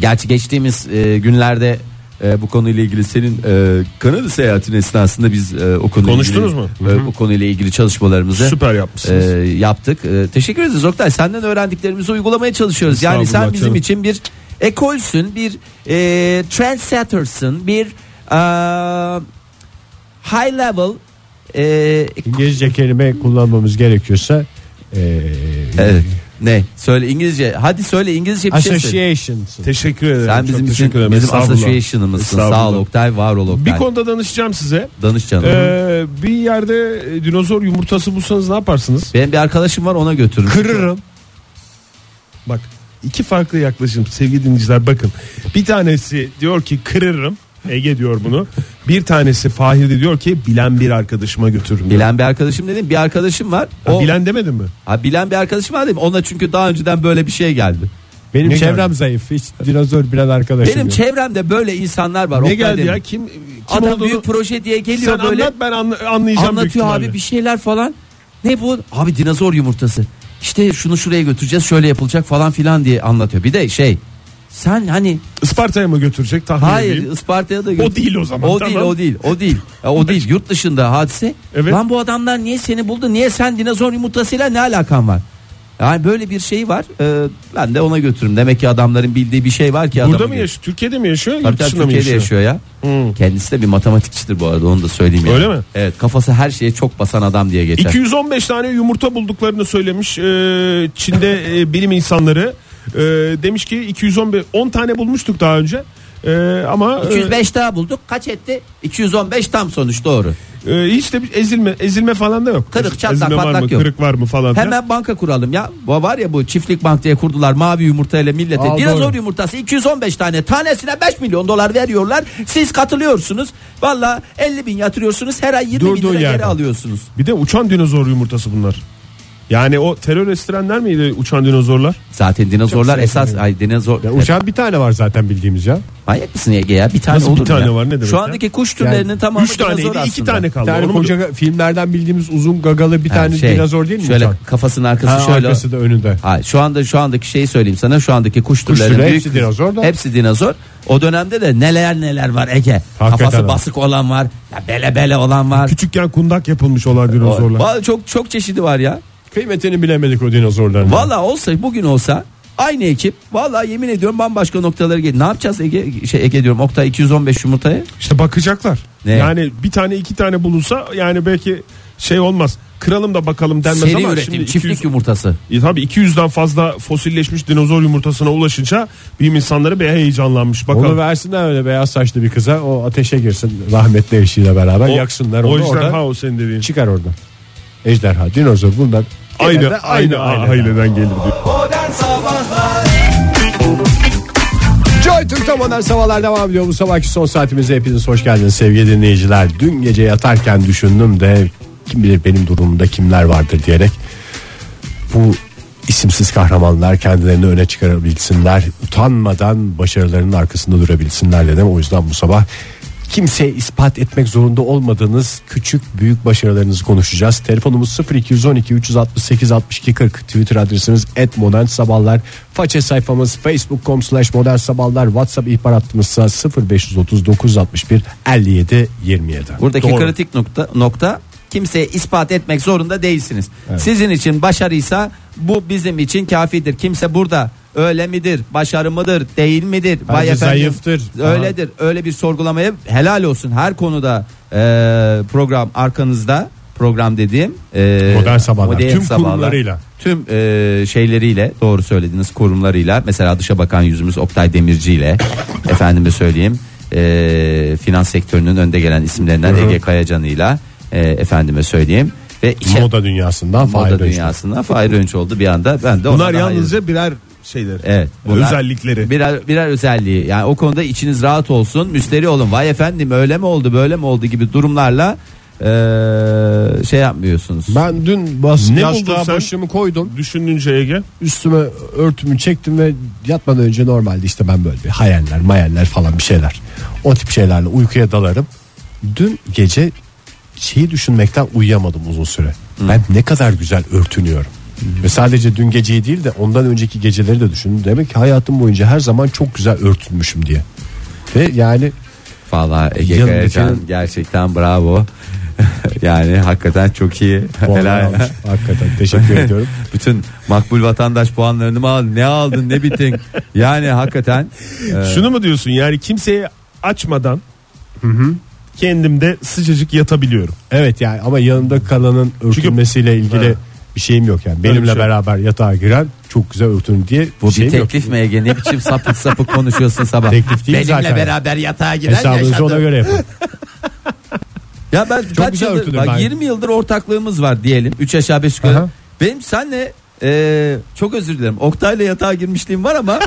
Speaker 3: Gerçi geçtiğimiz e, günlerde e, bu konuyla ilgili senin e, Kanada seyahatin esnasında biz e, o konuyla
Speaker 4: Konuştunuz
Speaker 3: ilgili,
Speaker 4: mu?
Speaker 3: e, bu konuyla ilgili çalışmalarımızı
Speaker 4: Süper yapmışsınız.
Speaker 3: e, yaptık. E, teşekkür ederiz Oktay. Senden öğrendiklerimizi uygulamaya çalışıyoruz. Yani sen
Speaker 4: Estağfurullah
Speaker 3: bizim
Speaker 4: canım.
Speaker 3: için bir ekolsün, bir e, trendsetter'sın, bir e, high level e,
Speaker 2: İngilizce kelime kullanmamız gerekiyorsa e, eee
Speaker 3: evet. ne? Söyle İngilizce. Hadi söyle İngilizce bir şey söyle.
Speaker 2: association.
Speaker 4: Teşekkür ederim.
Speaker 3: Sen
Speaker 4: çok
Speaker 3: bizim
Speaker 4: teşekkür
Speaker 3: için
Speaker 4: ederim.
Speaker 3: bizim
Speaker 4: Estağfurullah.
Speaker 3: association'ımızsın. Sağ ol
Speaker 4: Estağfurullah.
Speaker 3: Oktay, var ol
Speaker 4: Bir
Speaker 3: Oktay.
Speaker 4: konuda danışacağım size.
Speaker 3: Danış canım.
Speaker 4: Ee, bir yerde e, dinozor yumurtası bulsanız ne yaparsınız?
Speaker 3: Benim bir arkadaşım var ona götürürüm.
Speaker 4: Kırırım. Bak iki farklı yaklaşım sevgili dinleyiciler bakın. Bir tanesi diyor ki kırırım. Ege diyor bunu. Bir tanesi Fahir de diyor ki bilen bir arkadaşıma götürürüm. diyor.
Speaker 3: Bilen bir arkadaşım dedim. Bir arkadaşım var.
Speaker 4: Ha,
Speaker 3: O,
Speaker 4: bilen demedin mi?
Speaker 3: ha, bilen bir arkadaşım var dedim. Ona çünkü daha önceden böyle bir şey geldi.
Speaker 2: Benim
Speaker 4: Ne
Speaker 2: çevrem
Speaker 4: geldi?
Speaker 2: zayıf. Hiç dinozor bilen arkadaşım
Speaker 3: Benim
Speaker 2: yok.
Speaker 3: çevremde böyle insanlar var.
Speaker 4: ne
Speaker 3: Oktay
Speaker 4: geldi
Speaker 3: dedim.
Speaker 4: ya? Kim kim
Speaker 3: Adam
Speaker 4: olduğunu
Speaker 3: büyük proje diye geliyor
Speaker 4: sen
Speaker 3: böyle
Speaker 4: anlat ben anla- anlayacağım büyük
Speaker 3: anlatıyor
Speaker 4: ihtimalle.
Speaker 3: abi bir şeyler falan. Ne bu? Abi dinozor yumurtası. İşte şunu şuraya götüreceğiz şöyle yapılacak falan filan diye anlatıyor. Bir de şey sen hani
Speaker 4: Isparta'ya mı götürecek tahmin
Speaker 3: hayır
Speaker 4: edeyim.
Speaker 3: Isparta'ya da
Speaker 4: O değil o zaman,
Speaker 3: O
Speaker 4: tamam.
Speaker 3: değil o değil o değil. Ya, o değil yurt dışında hadise.
Speaker 4: Evet.
Speaker 3: Lan bu adamlar niye seni buldu? Niye sen dinozor yumurtasıyla ne alakan var? Yani böyle bir şey var. Ee, ben de ona götürürüm. Demek ki adamların bildiği bir şey var ki
Speaker 4: Burada
Speaker 3: adamı
Speaker 4: mı
Speaker 3: gö-
Speaker 4: yaşıyor? Türkiye'de mi yaşıyor?
Speaker 3: Tabii
Speaker 4: yurt
Speaker 3: tabii
Speaker 4: dışında mı
Speaker 3: Türkiye'de
Speaker 4: yaşıyor?
Speaker 3: yaşıyor ya.
Speaker 4: Hmm.
Speaker 3: Kendisi de bir matematikçidir bu arada onu da söyleyeyim yani.
Speaker 4: Öyle mi?
Speaker 3: Evet kafası her şeye çok basan adam diye geçer.
Speaker 4: 215 tane yumurta bulduklarını söylemiş e, Çin'de e, bilim insanları. E, demiş ki 215 10 tane bulmuştuk daha önce. E, ama e,
Speaker 3: 205 daha bulduk. Kaç etti? 215 tam sonuç doğru.
Speaker 4: e, hiç de bir ezilme ezilme falan da yok.
Speaker 3: Kırık,
Speaker 4: Ez-
Speaker 3: çatlak,
Speaker 4: ezilme var
Speaker 3: patlak
Speaker 4: mı,
Speaker 3: yok.
Speaker 4: Kırık var mı falan. filan.
Speaker 3: Hemen banka kuralım ya. Va- Var ya bu çiftlik bank diye kurdular mavi yumurtayla millete.
Speaker 2: Aa,
Speaker 3: Dinozor
Speaker 2: doğru.
Speaker 3: yumurtası 215 tane. Tanesine 5 milyon dolar veriyorlar. Siz katılıyorsunuz. Valla 50 bin yatırıyorsunuz. Her ay 20 bin
Speaker 4: Durduğun
Speaker 3: lira geri
Speaker 4: yerden.
Speaker 3: alıyorsunuz.
Speaker 4: Bir de uçan dinozor yumurtası bunlar. Yani o terör estirenler miydi uçan dinozorlar?
Speaker 3: Zaten dinozorlar
Speaker 2: Çok
Speaker 3: esas ay dinozor.
Speaker 2: Ya uçağın bir tane var zaten bildiğimiz ya.
Speaker 3: Manyak mısın Ege ya? Bir tane
Speaker 4: Nasıl bir
Speaker 3: olur mu
Speaker 4: tane
Speaker 3: ya?
Speaker 4: var? Ne demek
Speaker 3: Şu
Speaker 4: ya?
Speaker 3: andaki kuş türlerinin
Speaker 2: Yani
Speaker 3: tamamı
Speaker 4: 3 taneydi,
Speaker 3: dinozor
Speaker 4: 2
Speaker 3: aslında.
Speaker 4: tane
Speaker 2: Bir
Speaker 4: kaldı.
Speaker 2: tane
Speaker 4: Onu mu-
Speaker 2: koca filmlerden bildiğimiz uzun gagalı bir
Speaker 3: Yani
Speaker 2: tane
Speaker 3: şey,
Speaker 2: dinozor değil mi?
Speaker 3: Şöyle
Speaker 2: uçan?
Speaker 3: kafasının arkası
Speaker 2: Ha,
Speaker 3: şöyle.
Speaker 2: arkası da önünde.
Speaker 3: Ha, şu anda şu andaki şeyi söyleyeyim sana şu andaki kuş
Speaker 2: türleri
Speaker 3: türlerinin
Speaker 2: hepsi dinozor da.
Speaker 3: Hepsi dinozor. O dönemde de neler neler var Ege.
Speaker 2: Hakikaten
Speaker 3: Kafası
Speaker 2: abi.
Speaker 3: basık olan var. Ya bele bele olan var.
Speaker 4: Küçükken kundak yapılmış olan dinozorlar.
Speaker 3: Vallahi çok çok çeşidi var ya.
Speaker 2: Kıymetini bilemedik o dinozorların.
Speaker 3: Valla olsa bugün olsa aynı ekip valla yemin ediyorum bambaşka noktalara gel. Ne yapacağız Ege şey Ege diyorum Oktay 215 yumurtayı?
Speaker 4: İşte bakacaklar.
Speaker 3: Ne?
Speaker 4: Yani bir tane iki tane bulunsa yani belki şey olmaz. Kıralım da bakalım denmez
Speaker 3: Seri
Speaker 4: ama
Speaker 3: üretim
Speaker 4: şimdi
Speaker 3: çiftlik
Speaker 4: 200,
Speaker 3: yumurtası.
Speaker 4: E, tabii 200'den fazla fosilleşmiş dinozor yumurtasına ulaşınca bilim insanları bir heyecanlanmış. Bakalım.
Speaker 2: Onu versinler öyle beyaz saçlı bir kıza o ateşe girsin rahmetli eşiyle beraber
Speaker 4: O-
Speaker 2: yaksınlar
Speaker 4: o
Speaker 2: onu
Speaker 4: yüzden
Speaker 2: orada
Speaker 4: ha o senin dediğin.
Speaker 2: çıkar orada. Ejderha, dinozor bunlar
Speaker 4: Aynı,
Speaker 2: genelde
Speaker 4: aynı, aynı aileden gelir diyor.
Speaker 1: Modern Sabahlar
Speaker 2: Joy Türk'te modern sabahlar devam ediyor. Bu sabahki son saatimize hepiniz hoş geldiniz sevgili dinleyiciler. Dün gece yatarken düşündüm de kim bilir benim durumumda kimler vardır diyerek bu isimsiz kahramanlar kendilerini öne çıkarabilsinler. Utanmadan başarılarının arkasında durabilsinler dedim. O yüzden bu sabah kimseye ispat etmek zorunda olmadığınız küçük büyük başarılarınızı konuşacağız. Telefonumuz 0212 368 62 40 Twitter adresimiz et modern sabahlar. Faça sayfamız facebook.com slash modern sabahlar. Whatsapp ihbar hattımız 0530 961 57 27.
Speaker 3: Buradaki
Speaker 2: Doğru.
Speaker 3: kritik nokta, nokta kimseye ispat etmek zorunda değilsiniz. Sizin için başarıysa bu bizim için kafidir. Kimse burada öyle midir, başarı mıdır, değil midir? Vay
Speaker 2: Bence
Speaker 3: efendim,
Speaker 2: zayıftır.
Speaker 3: Öyledir. Öyle bir sorgulamaya helal olsun. Her konuda e, program arkanızda program dediğim e,
Speaker 2: Modern Sabahlar. Tüm
Speaker 3: sabahlar.
Speaker 2: kurumlarıyla.
Speaker 3: Tüm e, şeyleriyle doğru söylediniz kurumlarıyla mesela dışa bakan yüzümüz Oktay Demirci ile efendime söyleyeyim e, finans sektörünün önde gelen isimlerinden Ege Kayacan'ıyla e, efendime söyleyeyim ve içe, moda,
Speaker 2: Moda dünyasından fayda işte.
Speaker 3: dünyasından Fahir Önç oldu bir anda ben de
Speaker 4: Bunlar
Speaker 3: ona da hayır-
Speaker 4: yalnızca birer şeyler.
Speaker 3: Evet, bunlar-
Speaker 4: Özellikleri.
Speaker 3: Birer, birer özelliği yani o konuda içiniz rahat olsun müsteri olun vay efendim öyle mi oldu böyle mi oldu gibi durumlarla eee, şey yapmıyorsunuz.
Speaker 2: Ben dün bas,
Speaker 4: Ne buldun
Speaker 2: yastığa
Speaker 4: sen?
Speaker 2: başımı koydum.
Speaker 4: Düşününce Ege.
Speaker 2: üstüme örtümü çektim ve yatmadan önce normalde işte ben böyle bir hayaller mayaller falan bir şeyler o tip şeylerle uykuya dalarım dün gece şeyi düşünmekten uyuyamadım uzun süre ben ne kadar güzel örtünüyorum ve sadece dün geceyi değil de ondan önceki geceleri de düşündüm demek ki hayatım boyunca her zaman çok güzel örtünmüşüm diye ve yani
Speaker 3: Valla Ege
Speaker 2: Yanındaki-
Speaker 3: Kayacan gerçekten bravo. yani hakikaten çok iyi.
Speaker 2: puanlar
Speaker 3: Helal.
Speaker 2: almış. hakikaten teşekkür ediyorum
Speaker 3: Bütün makbul vatandaş puanlarını mı aldın? Ne aldın? Ne bittin? yani hakikaten e,
Speaker 4: Şunu mu diyorsun yani kimseye açmadan kendimde sıcacık yatabiliyorum.
Speaker 2: Evet yani ama yanında kalanın örtülmesiyle ilgili
Speaker 4: Ha.
Speaker 2: bir şeyim yok yani.
Speaker 4: bir
Speaker 2: Benimle
Speaker 4: şey yok.
Speaker 2: beraber yatağa giren çok güzel örtün diye
Speaker 3: bu
Speaker 2: bir
Speaker 3: bir
Speaker 2: şeyim yok.
Speaker 3: teklif mi Ege? Ne biçim sapık sapık konuşuyorsun sabah?
Speaker 2: Teklif değil
Speaker 3: Benimle
Speaker 2: zaten.
Speaker 3: beraber yatağa giren
Speaker 2: Hesabınızı
Speaker 3: yaşadım.
Speaker 2: ona göre yapın.
Speaker 3: Ya ben kaç
Speaker 2: güzel
Speaker 3: yıldır,
Speaker 2: örtüdür
Speaker 3: bak
Speaker 2: ben.
Speaker 3: 20 yıldır ortaklığımız var diyelim. 3 aşağı 5 yukarı.
Speaker 2: Aha.
Speaker 3: Benim senle e, çok özür dilerim. Oktay'la yatağa girmişliğim var ama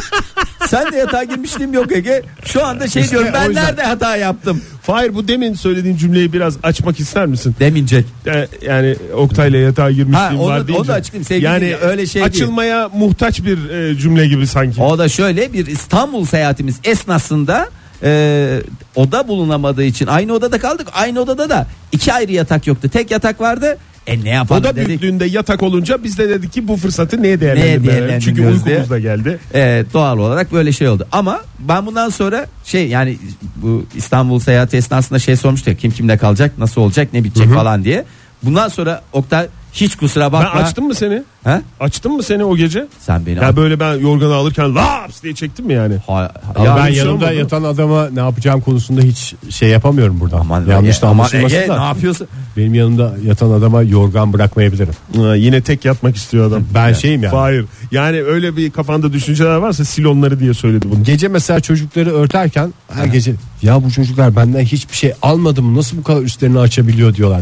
Speaker 3: sen de yatağa girmişliğim yok Ege. Şu anda şey diyorum ben nerede hata yaptım
Speaker 4: Fahir bu demin söylediğin cümleyi biraz açmak ister misin?
Speaker 3: demeyecek.
Speaker 4: E, Yani Oktay'la yatağa
Speaker 3: Ha,
Speaker 4: girmişliğim
Speaker 3: onu-
Speaker 4: var deyince.
Speaker 3: onu da açıklayayım sevgili
Speaker 4: Yani
Speaker 3: dinleyici, öyle şey değil.
Speaker 4: açılmaya muhtaç bir e, cümle gibi sanki.
Speaker 3: O da şöyle bir İstanbul seyahatimiz esnasında e, oda bulunamadığı için aynı odada kaldık. Aynı odada da iki ayrı yatak yoktu. Tek yatak vardı. E ne yapalım
Speaker 4: O da
Speaker 3: dedik.
Speaker 4: büyüklüğünde yatak olunca biz de dedik ki bu fırsatı neye değerlendirmeyelim?
Speaker 3: değerlendirmiyoruz
Speaker 4: Çünkü
Speaker 3: diye.
Speaker 4: uykumuz da geldi.
Speaker 3: Ee, doğal olarak böyle şey oldu. Ama ben bundan sonra şey yani bu İstanbul seyahati esnasında şey sormuştu ya kim kimle kalacak nasıl olacak ne bitecek falan diye. Bundan sonra Oktay hiç kusura
Speaker 4: Ben
Speaker 3: bakma.
Speaker 4: açtım mı seni?
Speaker 3: Ha?
Speaker 4: Açtım mı seni o gece?
Speaker 3: Sen beni
Speaker 4: Ya böyle ben yorganı alırken laps diye çektim mi yani?
Speaker 3: Ha- ha-
Speaker 2: Ama
Speaker 3: ya-
Speaker 2: ben
Speaker 4: bir şey
Speaker 2: yanımda
Speaker 4: olmadı mı?
Speaker 2: yatan adama ne yapacağım konusunda hiç şey yapamıyorum buradan.
Speaker 3: Aman
Speaker 2: Yanlış
Speaker 3: Ege,
Speaker 2: da
Speaker 3: aman
Speaker 2: anlaşılmasın
Speaker 3: Ege,
Speaker 2: da.
Speaker 3: ne yapıyorsun?
Speaker 2: Benim yanımda yatan adama yorgan bırakmayabilirim.
Speaker 4: Ha, Ee, yine tek yatmak istiyor adam.
Speaker 2: Ben şeyim yani.
Speaker 4: Hayır. Yani öyle bir kafanda düşünceler varsa sil onları diye söyledi bunu.
Speaker 2: Gece mesela çocukları örterken her gece ya bu çocuklar benden hiçbir şey almadım nasıl bu kadar üstlerini açabiliyor diyorlar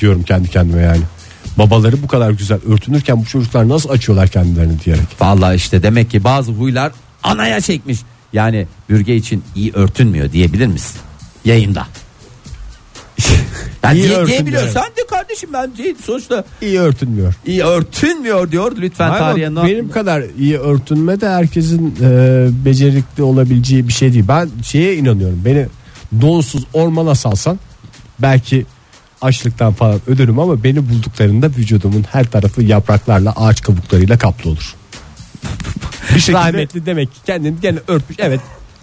Speaker 2: diyorum kendi kendime yani. Babaları bu kadar güzel örtünürken bu çocuklar nasıl açıyorlar kendilerini diyerek.
Speaker 3: Vallahi işte demek ki bazı huylar anaya çekmiş. Yani bürge için iyi örtünmüyor diyebilir misin? Yayında. yani
Speaker 2: İyi
Speaker 3: diye,
Speaker 2: örtünmüyor.
Speaker 3: diyebiliyorsan de kardeşim ben değil. Sonuçta
Speaker 2: İyi örtünmüyor.
Speaker 3: iyi örtünmüyor diyor. Lütfen
Speaker 2: Hayır,
Speaker 3: tarihe
Speaker 2: bak,
Speaker 3: not-
Speaker 2: benim kadar iyi örtünme de herkesin e, becerikli olabileceği bir şey değil. Ben şeye inanıyorum. Beni donsuz ormana salsan belki açlıktan falan ölürüm ama beni bulduklarında vücudumun her tarafı yapraklarla ağaç kabuklarıyla kaplı olur. bir şekilde, Rahmetli demek ki kendini gene örtmüş. Evet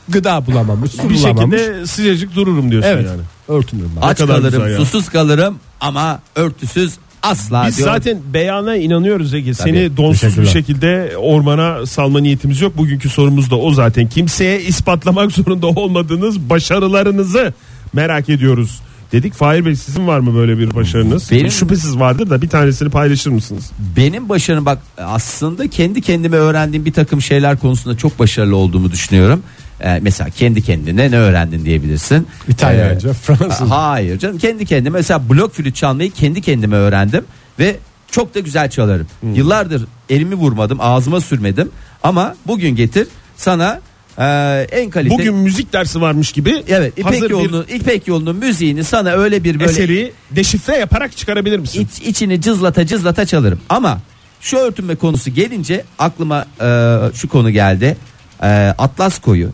Speaker 2: gıda bulamamış, su
Speaker 4: Bir
Speaker 2: bulamamış.
Speaker 4: şekilde sıcacık dururum diyorsun
Speaker 2: Evet
Speaker 4: yani.
Speaker 2: örtünürüm ben.
Speaker 3: Aç
Speaker 4: kadar
Speaker 3: kalırım,
Speaker 4: güzel ya.
Speaker 3: susuz kalırım ama örtüsüz asla
Speaker 4: Biz
Speaker 3: diyorum.
Speaker 4: zaten beyana inanıyoruz Ege. Seni
Speaker 3: Tabii.
Speaker 4: donsuz bir
Speaker 2: Teşekkürler.
Speaker 4: şekilde ormana salma niyetimiz yok. Bugünkü sorumuz da o zaten. Kimseye ispatlamak zorunda olmadığınız başarılarınızı merak ediyoruz. Dedik Fahir Bey sizin var mı böyle bir başarınız?
Speaker 3: Benim-
Speaker 4: Şüphesiz vardır da bir tanesini paylaşır mısınız?
Speaker 3: benim başarım bak aslında kendi kendime öğrendiğim bir takım şeyler konusunda çok başarılı olduğumu düşünüyorum. Ee, mesela kendi kendine ne öğrendin diyebilirsin.
Speaker 2: İtalyanca,
Speaker 3: Ee,
Speaker 2: Fransızca.
Speaker 3: Hayır canım kendi kendime mesela blok flüt çalmayı kendi kendime öğrendim ve çok da güzel çalarım.
Speaker 4: Hmm.
Speaker 3: Yıllardır elimi vurmadım ağzıma sürmedim ama bugün getir sana e, en kalite...
Speaker 4: Bugün müzik dersi varmış gibi
Speaker 3: Evet
Speaker 4: hazır
Speaker 3: İpek
Speaker 4: bir
Speaker 3: yolunun, İpek yolunun müziğini sana öyle bir böyle
Speaker 4: eseri deşifre yaparak çıkarabilir misin?
Speaker 3: iç, içini cızlata cızlata çalarım. Ama şu örtünme konusu gelince aklıma e, şu konu geldi. E, Atlas koyu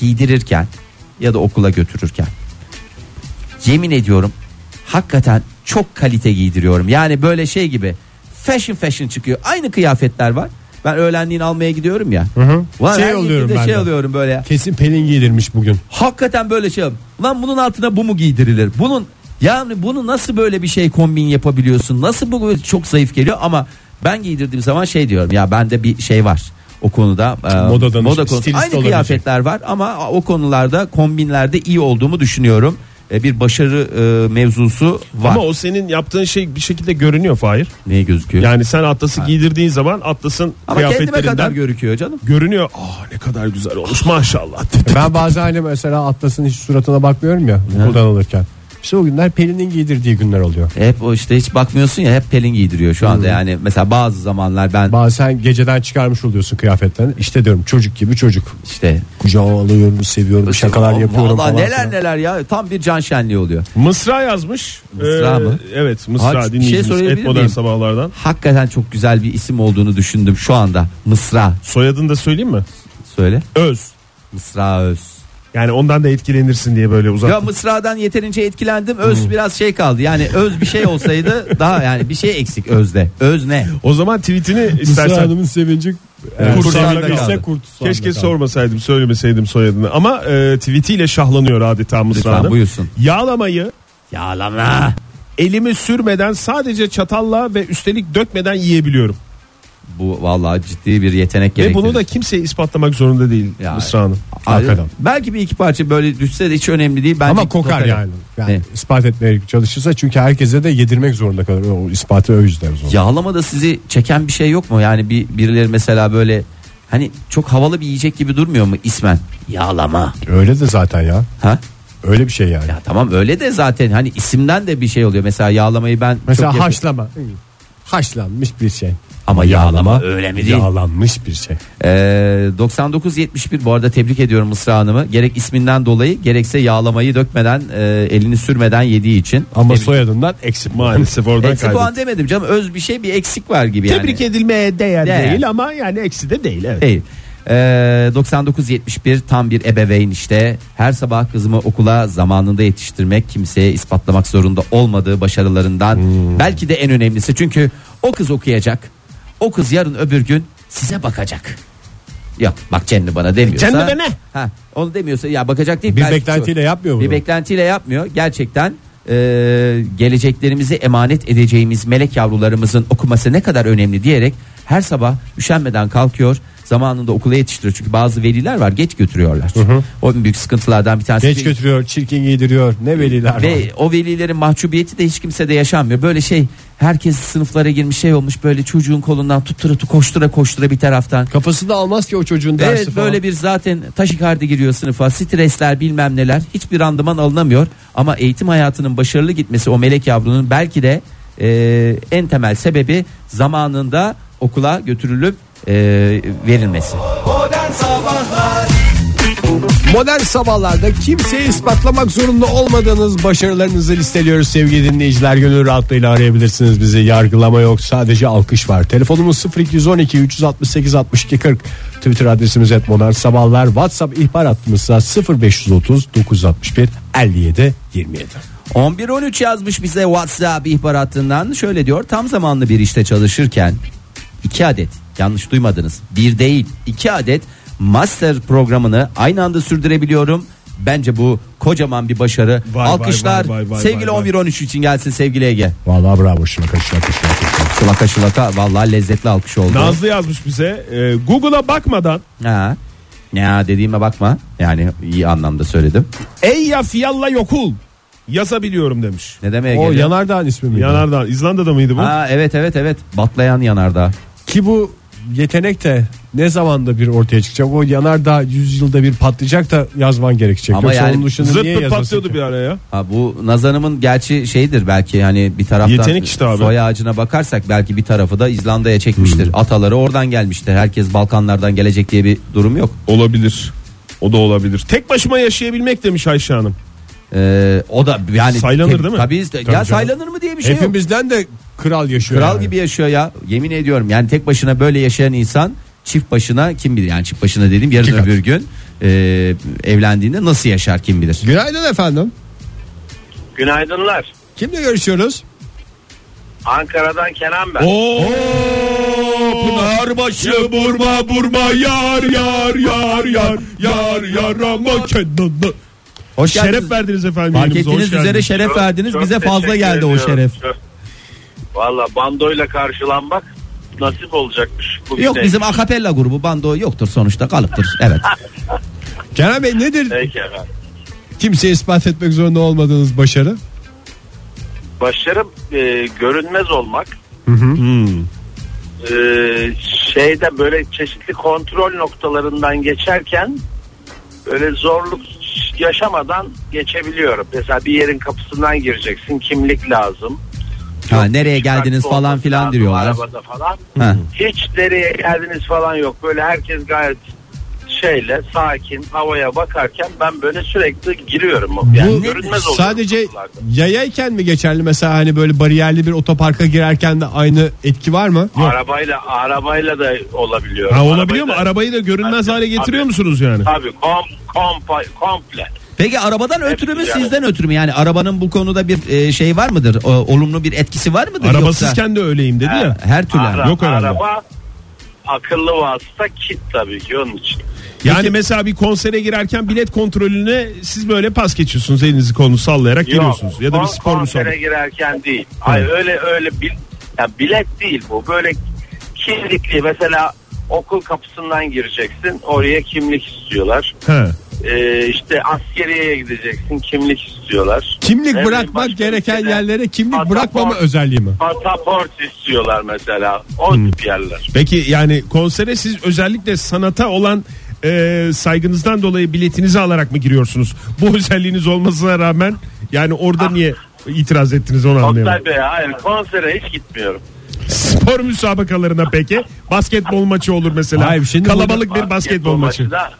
Speaker 3: giydirirken ya da okula götürürken yemin ediyorum hakikaten çok kalite giydiriyorum. Yani böyle şey gibi fashion fashion çıkıyor. Aynı kıyafetler var. Ben öğlenliğin almaya gidiyorum ya. Var,
Speaker 2: Şey
Speaker 3: her
Speaker 2: oluyorum
Speaker 3: gittiğimde
Speaker 2: ben
Speaker 3: şey
Speaker 2: de.
Speaker 3: alıyorum böyle.
Speaker 2: Kesin Pelin giydirmiş bugün.
Speaker 3: Hakikaten böyle şey yap- Lan bunun altına bu mu giydirilir? Bunun yani bunu nasıl böyle bir şey kombin yapabiliyorsun? Nasıl bu çok zayıf geliyor ama ben giydirdiğim zaman şey diyorum ya bende bir şey var. O konuda e,
Speaker 2: Moda danış-
Speaker 3: moda konusu.
Speaker 2: stilist
Speaker 3: Aynı
Speaker 2: olabilecek.
Speaker 3: kıyafetler var ama o konularda kombinlerde iyi olduğumu düşünüyorum. E, bir başarı e, mevzusu var.
Speaker 4: Ama o senin yaptığın şey bir şekilde görünüyor Fahir.
Speaker 3: Neye gözüküyor?
Speaker 4: Yani sen Atlas'ı giydirdiğin zaman Atlas'ın
Speaker 3: ama kendime
Speaker 4: kıyafetlerinden
Speaker 3: kadar görüküyor canım.
Speaker 4: görünüyor. Aa ne kadar güzel olmuş maşallah dedi.
Speaker 2: Ben bazen hani mesela Atlas'ın hiç suratına bakmıyorum ya okuldan alırken. İşte o günler Pelin'in giydirdiği günler oluyor.
Speaker 3: Hep o işte hiç bakmıyorsun ya hep pelin giydiriyor şu
Speaker 4: Hmm.
Speaker 3: anda yani mesela bazı zamanlar ben
Speaker 2: Bazen geceden çıkarmış oluyorsun kıyafetlerini. İşte diyorum çocuk gibi çocuk.
Speaker 3: işte
Speaker 2: Kucağa alıyorum, seviyorum, şakalar
Speaker 3: Vallahi
Speaker 2: yapıyorum falan.
Speaker 3: Şey, neler
Speaker 2: filan.
Speaker 3: neler ya tam bir can şenliği oluyor.
Speaker 4: Mısra yazmış. Ee,
Speaker 3: Mısra mı?
Speaker 4: Evet Mısra
Speaker 3: Aa, bir şey
Speaker 4: dinleyicimiz.
Speaker 3: söyleyebilir
Speaker 4: Et modern
Speaker 3: miyim?
Speaker 4: sabahlardan.
Speaker 3: Hakikaten çok güzel bir isim olduğunu düşündüm şu anda. Mısra
Speaker 4: Soyadını da söyleyeyim mi?
Speaker 3: söyle.
Speaker 4: Öz.
Speaker 3: Mısra Öz.
Speaker 4: Yani ondan da etkilenirsin diye böyle
Speaker 3: Ya
Speaker 4: uzattım.
Speaker 3: Mısra'dan yeterince etkilendim. Öz
Speaker 2: Hmm.
Speaker 3: biraz şey kaldı. Yani öz bir şey olsaydı daha yani bir şey eksik özde. Öz ne?
Speaker 4: O zaman tweetini
Speaker 2: Mısra
Speaker 4: istersen.
Speaker 2: Hanım'ın sevinci
Speaker 4: Kursağında
Speaker 2: kursağında
Speaker 4: kaldı.
Speaker 2: ise kurt-
Speaker 4: Keşke
Speaker 2: kaldı.
Speaker 4: sormasaydım söylemeseydim soyadını. Ama e, tweetiyle şahlanıyor adeta Mısra
Speaker 3: Lütfen
Speaker 4: Hanım.
Speaker 3: buyursun.
Speaker 4: Yağlamayı
Speaker 3: Yağlama.
Speaker 4: elimi sürmeden sadece çatalla ve üstelik dökmeden yiyebiliyorum.
Speaker 3: Bu vallahi ciddi bir yetenek
Speaker 4: Ve
Speaker 3: gerektirir.
Speaker 4: bunu da kimseye ispatlamak zorunda değil
Speaker 3: Ya,
Speaker 4: Mısra Hanım.
Speaker 3: Ayrı-
Speaker 2: Hakikaten.
Speaker 3: belki bir iki parça böyle düşse de hiç önemli değil. Bence
Speaker 2: Ama kokar yani. Yani
Speaker 3: Ne?
Speaker 2: ispat etmeye çalışırsa çünkü herkese de yedirmek zorunda kalır. O ispatı o yüzden zor.
Speaker 3: Yağlama da sizi çeken bir şey yok mu? Yani bir birileri mesela böyle hani çok havalı bir yiyecek gibi durmuyor mu ismen? Yağlama.
Speaker 2: Öyle de zaten ya.
Speaker 3: Ha?
Speaker 2: Öyle bir şey yani.
Speaker 3: Ya tamam öyle de zaten hani isimden de bir şey oluyor. Mesela yağlamayı ben
Speaker 2: Mesela
Speaker 3: çok yapıyorum.
Speaker 2: haşlama. Haşlanmış bir şey.
Speaker 3: ama yağlama öyle mi değil?
Speaker 2: Yağlanmış bir şey.
Speaker 3: Ee, 99.71 bu arada tebrik ediyorum Mısra Hanım'ı. Gerek isminden dolayı gerekse yağlamayı dökmeden e, elini sürmeden yediği için.
Speaker 2: Ama
Speaker 3: tebrik.
Speaker 2: soyadından eksik.
Speaker 4: E, Maalesef oradan
Speaker 3: Eksi
Speaker 4: kaybettim.
Speaker 3: puan demedim canım öz bir şey bir eksik var gibi yani.
Speaker 4: Tebrik edilmeye değer,
Speaker 3: Değer.
Speaker 4: değil ama yani eksi de değil. Evet.
Speaker 3: Değil. Ee, 99.71 tam bir ebeveyn işte. Her sabah kızımı okula zamanında yetiştirmek kimseye ispatlamak zorunda olmadığı başarılarından
Speaker 2: Hmm.
Speaker 3: belki de en önemlisi. Çünkü o kız okuyacak. O kız yarın öbür gün size bakacak. Yok bak Cenni bana demiyorsa.
Speaker 4: Cenni bana.
Speaker 3: Ha, onu demiyorsa ya bakacak değil.
Speaker 2: Bir
Speaker 3: belki
Speaker 2: beklentiyle yapmıyor bunu.
Speaker 3: Bir beklentiyle yapmıyor. Gerçekten e, geleceklerimizi emanet edeceğimiz melek yavrularımızın okuması ne kadar önemli diyerek her sabah üşenmeden kalkıyor. Zamanında okula yetiştiriyor. Çünkü bazı veliler var geç götürüyorlar. O en büyük sıkıntılardan bir tanesi.
Speaker 2: Geç götürüyor, çirkin giydiriyor. Ne veliler var.
Speaker 3: Ve o velilerin mahcubiyeti de hiç kimse de yaşanmıyor. Böyle şey herkes sınıflara girmiş şey olmuş böyle çocuğun kolundan tutturutu koştura koştura bir taraftan.
Speaker 2: Kafası da almaz ki o çocuğun dersi
Speaker 3: Evet
Speaker 2: falan.
Speaker 3: böyle bir zaten taşikardi giriyor sınıfa stresler bilmem neler hiçbir randıman alınamıyor ama eğitim hayatının başarılı gitmesi o melek yavrunun belki de e, en temel sebebi zamanında okula götürülüp e, verilmesi.
Speaker 1: Modern Sabahlar
Speaker 2: Modern sabahlarda kimseye ispatlamak zorunda olmadığınız başarılarınızı listeliyoruz sevgili dinleyiciler. Gönül rahatlığıyla arayabilirsiniz bizi. Yargılama yok sadece alkış var. Telefonumuz 0212 368 62 40. Twitter adresimiz et modern sabahlar. WhatsApp ihbar hattımız ise 0530 961 57 27.
Speaker 3: 11-13 yazmış bize WhatsApp ihbar hattından şöyle diyor tam zamanlı bir işte çalışırken iki adet yanlış duymadınız bir değil iki adet master programını aynı anda sürdürebiliyorum Bence bu kocaman bir başarı.
Speaker 4: Vay,
Speaker 3: Alkışlar
Speaker 4: vay, vay, vay,
Speaker 3: sevgili
Speaker 4: vay, vay.
Speaker 3: 11-13 için gelsin sevgili Ege.
Speaker 2: Vallahi bravo şılaka şılaka şılaka.
Speaker 3: Şılaka şılaka vallahi lezzetli alkış oldu.
Speaker 4: Nazlı yazmış bize. e, Google'a bakmadan
Speaker 3: Ha. Ya dediğime bakma. Yani iyi anlamda söyledim.
Speaker 4: ey ya fiyalla yokul yazabiliyorum demiş.
Speaker 3: Ne demeye
Speaker 2: O
Speaker 3: geliyor?
Speaker 2: yanardağın ismi miydi?
Speaker 4: Yanardağ İzlanda'da mıydı bu?
Speaker 3: Ha, evet evet evet. Batlayan yanardağ.
Speaker 2: Ki bu yetenek de ne zamanda bir ortaya çıkacak? O yanardağ yüzyılda bir patlayacak da yazman gerekecek.
Speaker 3: Ama
Speaker 2: Yoksa
Speaker 3: yani
Speaker 2: onun dışında
Speaker 4: Zırt
Speaker 2: niye
Speaker 4: pırt
Speaker 2: yazasın
Speaker 4: patlıyordu
Speaker 2: ki?
Speaker 4: bir ara ya.
Speaker 3: Ha, bu Nazan'ımın gerçi şeydir belki yani bir taraftan
Speaker 4: Yetenek işte abi. Hmm.
Speaker 3: soy ağacına bakarsak belki bir tarafı da İzlanda'ya çekmiştir. Ataları oradan gelmiştir. Herkes Balkanlardan gelecek diye bir durum yok.
Speaker 4: Olabilir. O da olabilir. Tek başıma yaşayabilmek demiş Ayşe Hanım.
Speaker 3: Ee, o da yani
Speaker 4: Saylanır
Speaker 3: tabii-
Speaker 4: değil mi?
Speaker 3: Tabii, ya
Speaker 2: canım.
Speaker 3: saylanır mı diye bir şey yok.
Speaker 2: Hepimizden de kral yaşıyor.
Speaker 3: Kral
Speaker 2: yani.
Speaker 3: gibi yaşıyor ya. Yemin ediyorum. Yani tek başına böyle yaşayan insan çift başına kim bilir yani çift başına dediğim yarın
Speaker 2: kat.
Speaker 3: öbür gün e, evlendiğinde nasıl yaşar kim bilir.
Speaker 2: Günaydın efendim.
Speaker 5: Günaydınlar.
Speaker 2: Kimle görüşüyoruz?
Speaker 5: Ankara'dan Kenan ben.
Speaker 4: Oo, Pınarbaşı burma burma yar yar yar yar yar yarama kendini.
Speaker 3: Hoş
Speaker 4: Şeref verdiniz efendim.
Speaker 3: Fark
Speaker 4: yayınımıza, hoş
Speaker 3: ettiğiniz üzere
Speaker 4: geldiniz.
Speaker 3: şeref
Speaker 5: Çok-
Speaker 3: verdiniz.
Speaker 5: çok
Speaker 3: Bize fazla
Speaker 5: teşekkür
Speaker 3: geldi o
Speaker 5: ediyorum.
Speaker 3: şeref.
Speaker 5: Çok- Valla bandoyla karşılanmak nasip olacakmış. Bugün
Speaker 3: Yok bizim akapella grubu bando yoktur sonuçta kalıptır. Evet.
Speaker 2: Kenan Bey nedir
Speaker 5: Peki efendim.
Speaker 2: kimseye ispat etmek zorunda olmadığınız başarı?
Speaker 5: Başarım e, görünmez olmak. E, şeyde böyle çeşitli kontrol noktalarından geçerken böyle zorluk yaşamadan geçebiliyorum. Mesela bir yerin kapısından gireceksin kimlik lazım.
Speaker 3: Ha, nereye geldiniz
Speaker 5: Çıkartma
Speaker 3: falan filan
Speaker 5: olması
Speaker 3: diyorlar.
Speaker 5: lazım Arabada falan.
Speaker 3: Ha.
Speaker 5: Hiç nereye geldiniz falan yok. Böyle herkes gayet şeyle sakin havaya bakarken ben böyle sürekli giriyorum. Yani
Speaker 2: Bu
Speaker 5: görünmez oluyorum
Speaker 2: sadece
Speaker 5: kapılarda.
Speaker 2: yayayken mi geçerli mesela hani böyle bariyerli bir otoparka girerken de aynı etki var mı?
Speaker 5: arabayla arabayla da olabiliyor.
Speaker 4: Ha, olabiliyor mu?
Speaker 5: Arabayı da-
Speaker 4: Arabayı da görünmez
Speaker 5: Abi,
Speaker 4: hale getiriyor
Speaker 5: abi.
Speaker 4: musunuz yani?
Speaker 5: Tabii kom, kompa- komple.
Speaker 3: Peki arabadan ötürü mü
Speaker 5: yani.
Speaker 3: sizden ötürü mü? Yani arabanın bu konuda bir e, şey var mıdır? O, olumlu bir etkisi var mıdır? Yoksa-
Speaker 4: Arabasızken de öyleyim dedi ya.
Speaker 3: her türlü.
Speaker 5: Ara-
Speaker 4: Yok herhalde.
Speaker 5: Araba akıllı vasıta kit tabii ki onun için.
Speaker 4: Yani mesela bir konsere girerken bilet kontrolüne siz böyle pas geçiyorsunuz elinizi kolunu sallayarak giriyorsunuz. Ya da bir
Speaker 5: kon-
Speaker 4: spor
Speaker 5: konsere
Speaker 4: müsabakası.
Speaker 5: girerken değil. Ay öyle öyle bil, ya bilet değil bu. Böyle kimlikli mesela okul kapısından gireceksin. Oraya kimlik istiyorlar.
Speaker 4: He.
Speaker 5: Ee, işte askeriyeye gideceksin. Kimlik istiyorlar.
Speaker 2: Kimlik
Speaker 5: Evet,
Speaker 2: bırakmak
Speaker 5: başka şey
Speaker 2: gereken
Speaker 5: ülkede
Speaker 2: yerlere kimlik
Speaker 5: pasaport-
Speaker 2: bırakmama özelliği mi?
Speaker 5: Pasaport istiyorlar mesela. O
Speaker 4: Hmm.
Speaker 5: tip yerler.
Speaker 4: Peki yani konsere siz özellikle sanata olan e, saygınızdan dolayı biletinizi alarak mı giriyorsunuz? Bu özelliğiniz olmasına rağmen yani
Speaker 5: Ah.
Speaker 4: orada niye itiraz ettiniz onu anlayamadım.
Speaker 5: Oktay Bey hayır konsere hiç gitmiyorum.
Speaker 4: Spor müsabakalarına peki basketbol maçı olur mesela.
Speaker 2: Hayır, şimdi
Speaker 4: Kalabalık bir basketbol maçı.
Speaker 5: da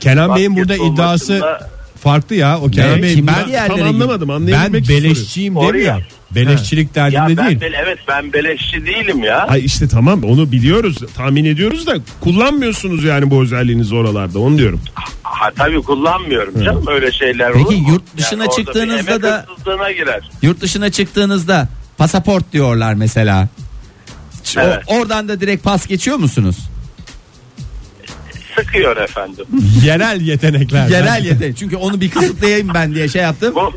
Speaker 2: Kenan Bey'in burada
Speaker 5: basketbol
Speaker 2: iddiası
Speaker 5: maçında-
Speaker 2: farklı ya. O Kenan
Speaker 4: Ne?
Speaker 2: Bey
Speaker 4: Kimlik
Speaker 2: ben
Speaker 4: yerlere Tam anlamadım,
Speaker 2: Ben
Speaker 4: anlayabilmek için
Speaker 2: beleşçiyim
Speaker 5: soruyor.
Speaker 2: demiyor. ya. Beleşçilik
Speaker 5: ya
Speaker 2: derdinde
Speaker 5: ben
Speaker 2: değil.
Speaker 5: bele- evet ben beleşçi değilim ya.
Speaker 4: Ay işte tamam onu biliyoruz tahmin ediyoruz da kullanmıyorsunuz yani bu özelliğinizi oralarda onu diyorum.
Speaker 5: Ha, tabii kullanmıyorum canım öyle şeyler
Speaker 3: Peki
Speaker 5: olur mu?
Speaker 3: yurt dışına
Speaker 5: orada bir
Speaker 3: çıktığınızda
Speaker 5: emek
Speaker 3: da-
Speaker 5: hırsızlığına girer.
Speaker 3: Yurt dışına çıktığınızda pasaport diyorlar mesela. Ç- o-
Speaker 5: Evet.
Speaker 3: oradan da direkt pas geçiyor musunuz?
Speaker 5: Sıkıyor efendim.
Speaker 2: Yerel yetenekler.
Speaker 3: Yerel yetenek. Çünkü onu bir kısıtlayayım ben diye şey yaptım.
Speaker 5: bu,